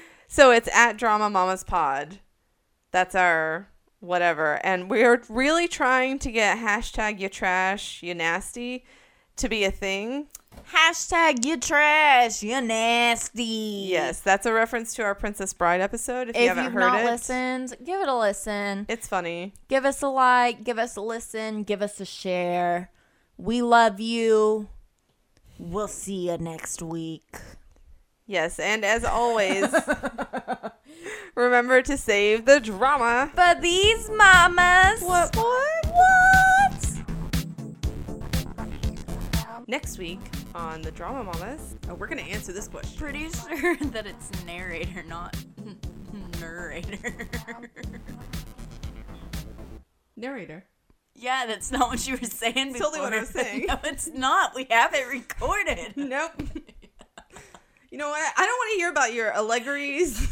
[SPEAKER 1] So it's at Drama Mamas Pod. That's our whatever. And we're really trying to get hashtag you trash, you nasty to be a thing.
[SPEAKER 2] hashtag you trash, you nasty.
[SPEAKER 1] Yes, that's a reference to our Princess Bride episode. If, you
[SPEAKER 2] If
[SPEAKER 1] haven't
[SPEAKER 2] you've
[SPEAKER 1] heard
[SPEAKER 2] not
[SPEAKER 1] it,
[SPEAKER 2] listened, give it a listen.
[SPEAKER 1] it's funny.
[SPEAKER 2] give us a like, give us a listen, give us a share. We love you. We'll see you next week.
[SPEAKER 1] Yes, and as always, remember to save the drama.
[SPEAKER 2] But these mamas.
[SPEAKER 1] What,
[SPEAKER 2] What? What?
[SPEAKER 1] Next week on the Drama Mamas, oh, we're going to answer this question.
[SPEAKER 3] pretty sure that it's narrator, not n- narrator.
[SPEAKER 1] Narrator.
[SPEAKER 3] yeah, that's not what you were saying
[SPEAKER 1] It's
[SPEAKER 3] before.
[SPEAKER 1] totally what I was saying.
[SPEAKER 3] No, it's not. We have it recorded.
[SPEAKER 1] Nope. you know what? I don't want to hear about your allegories.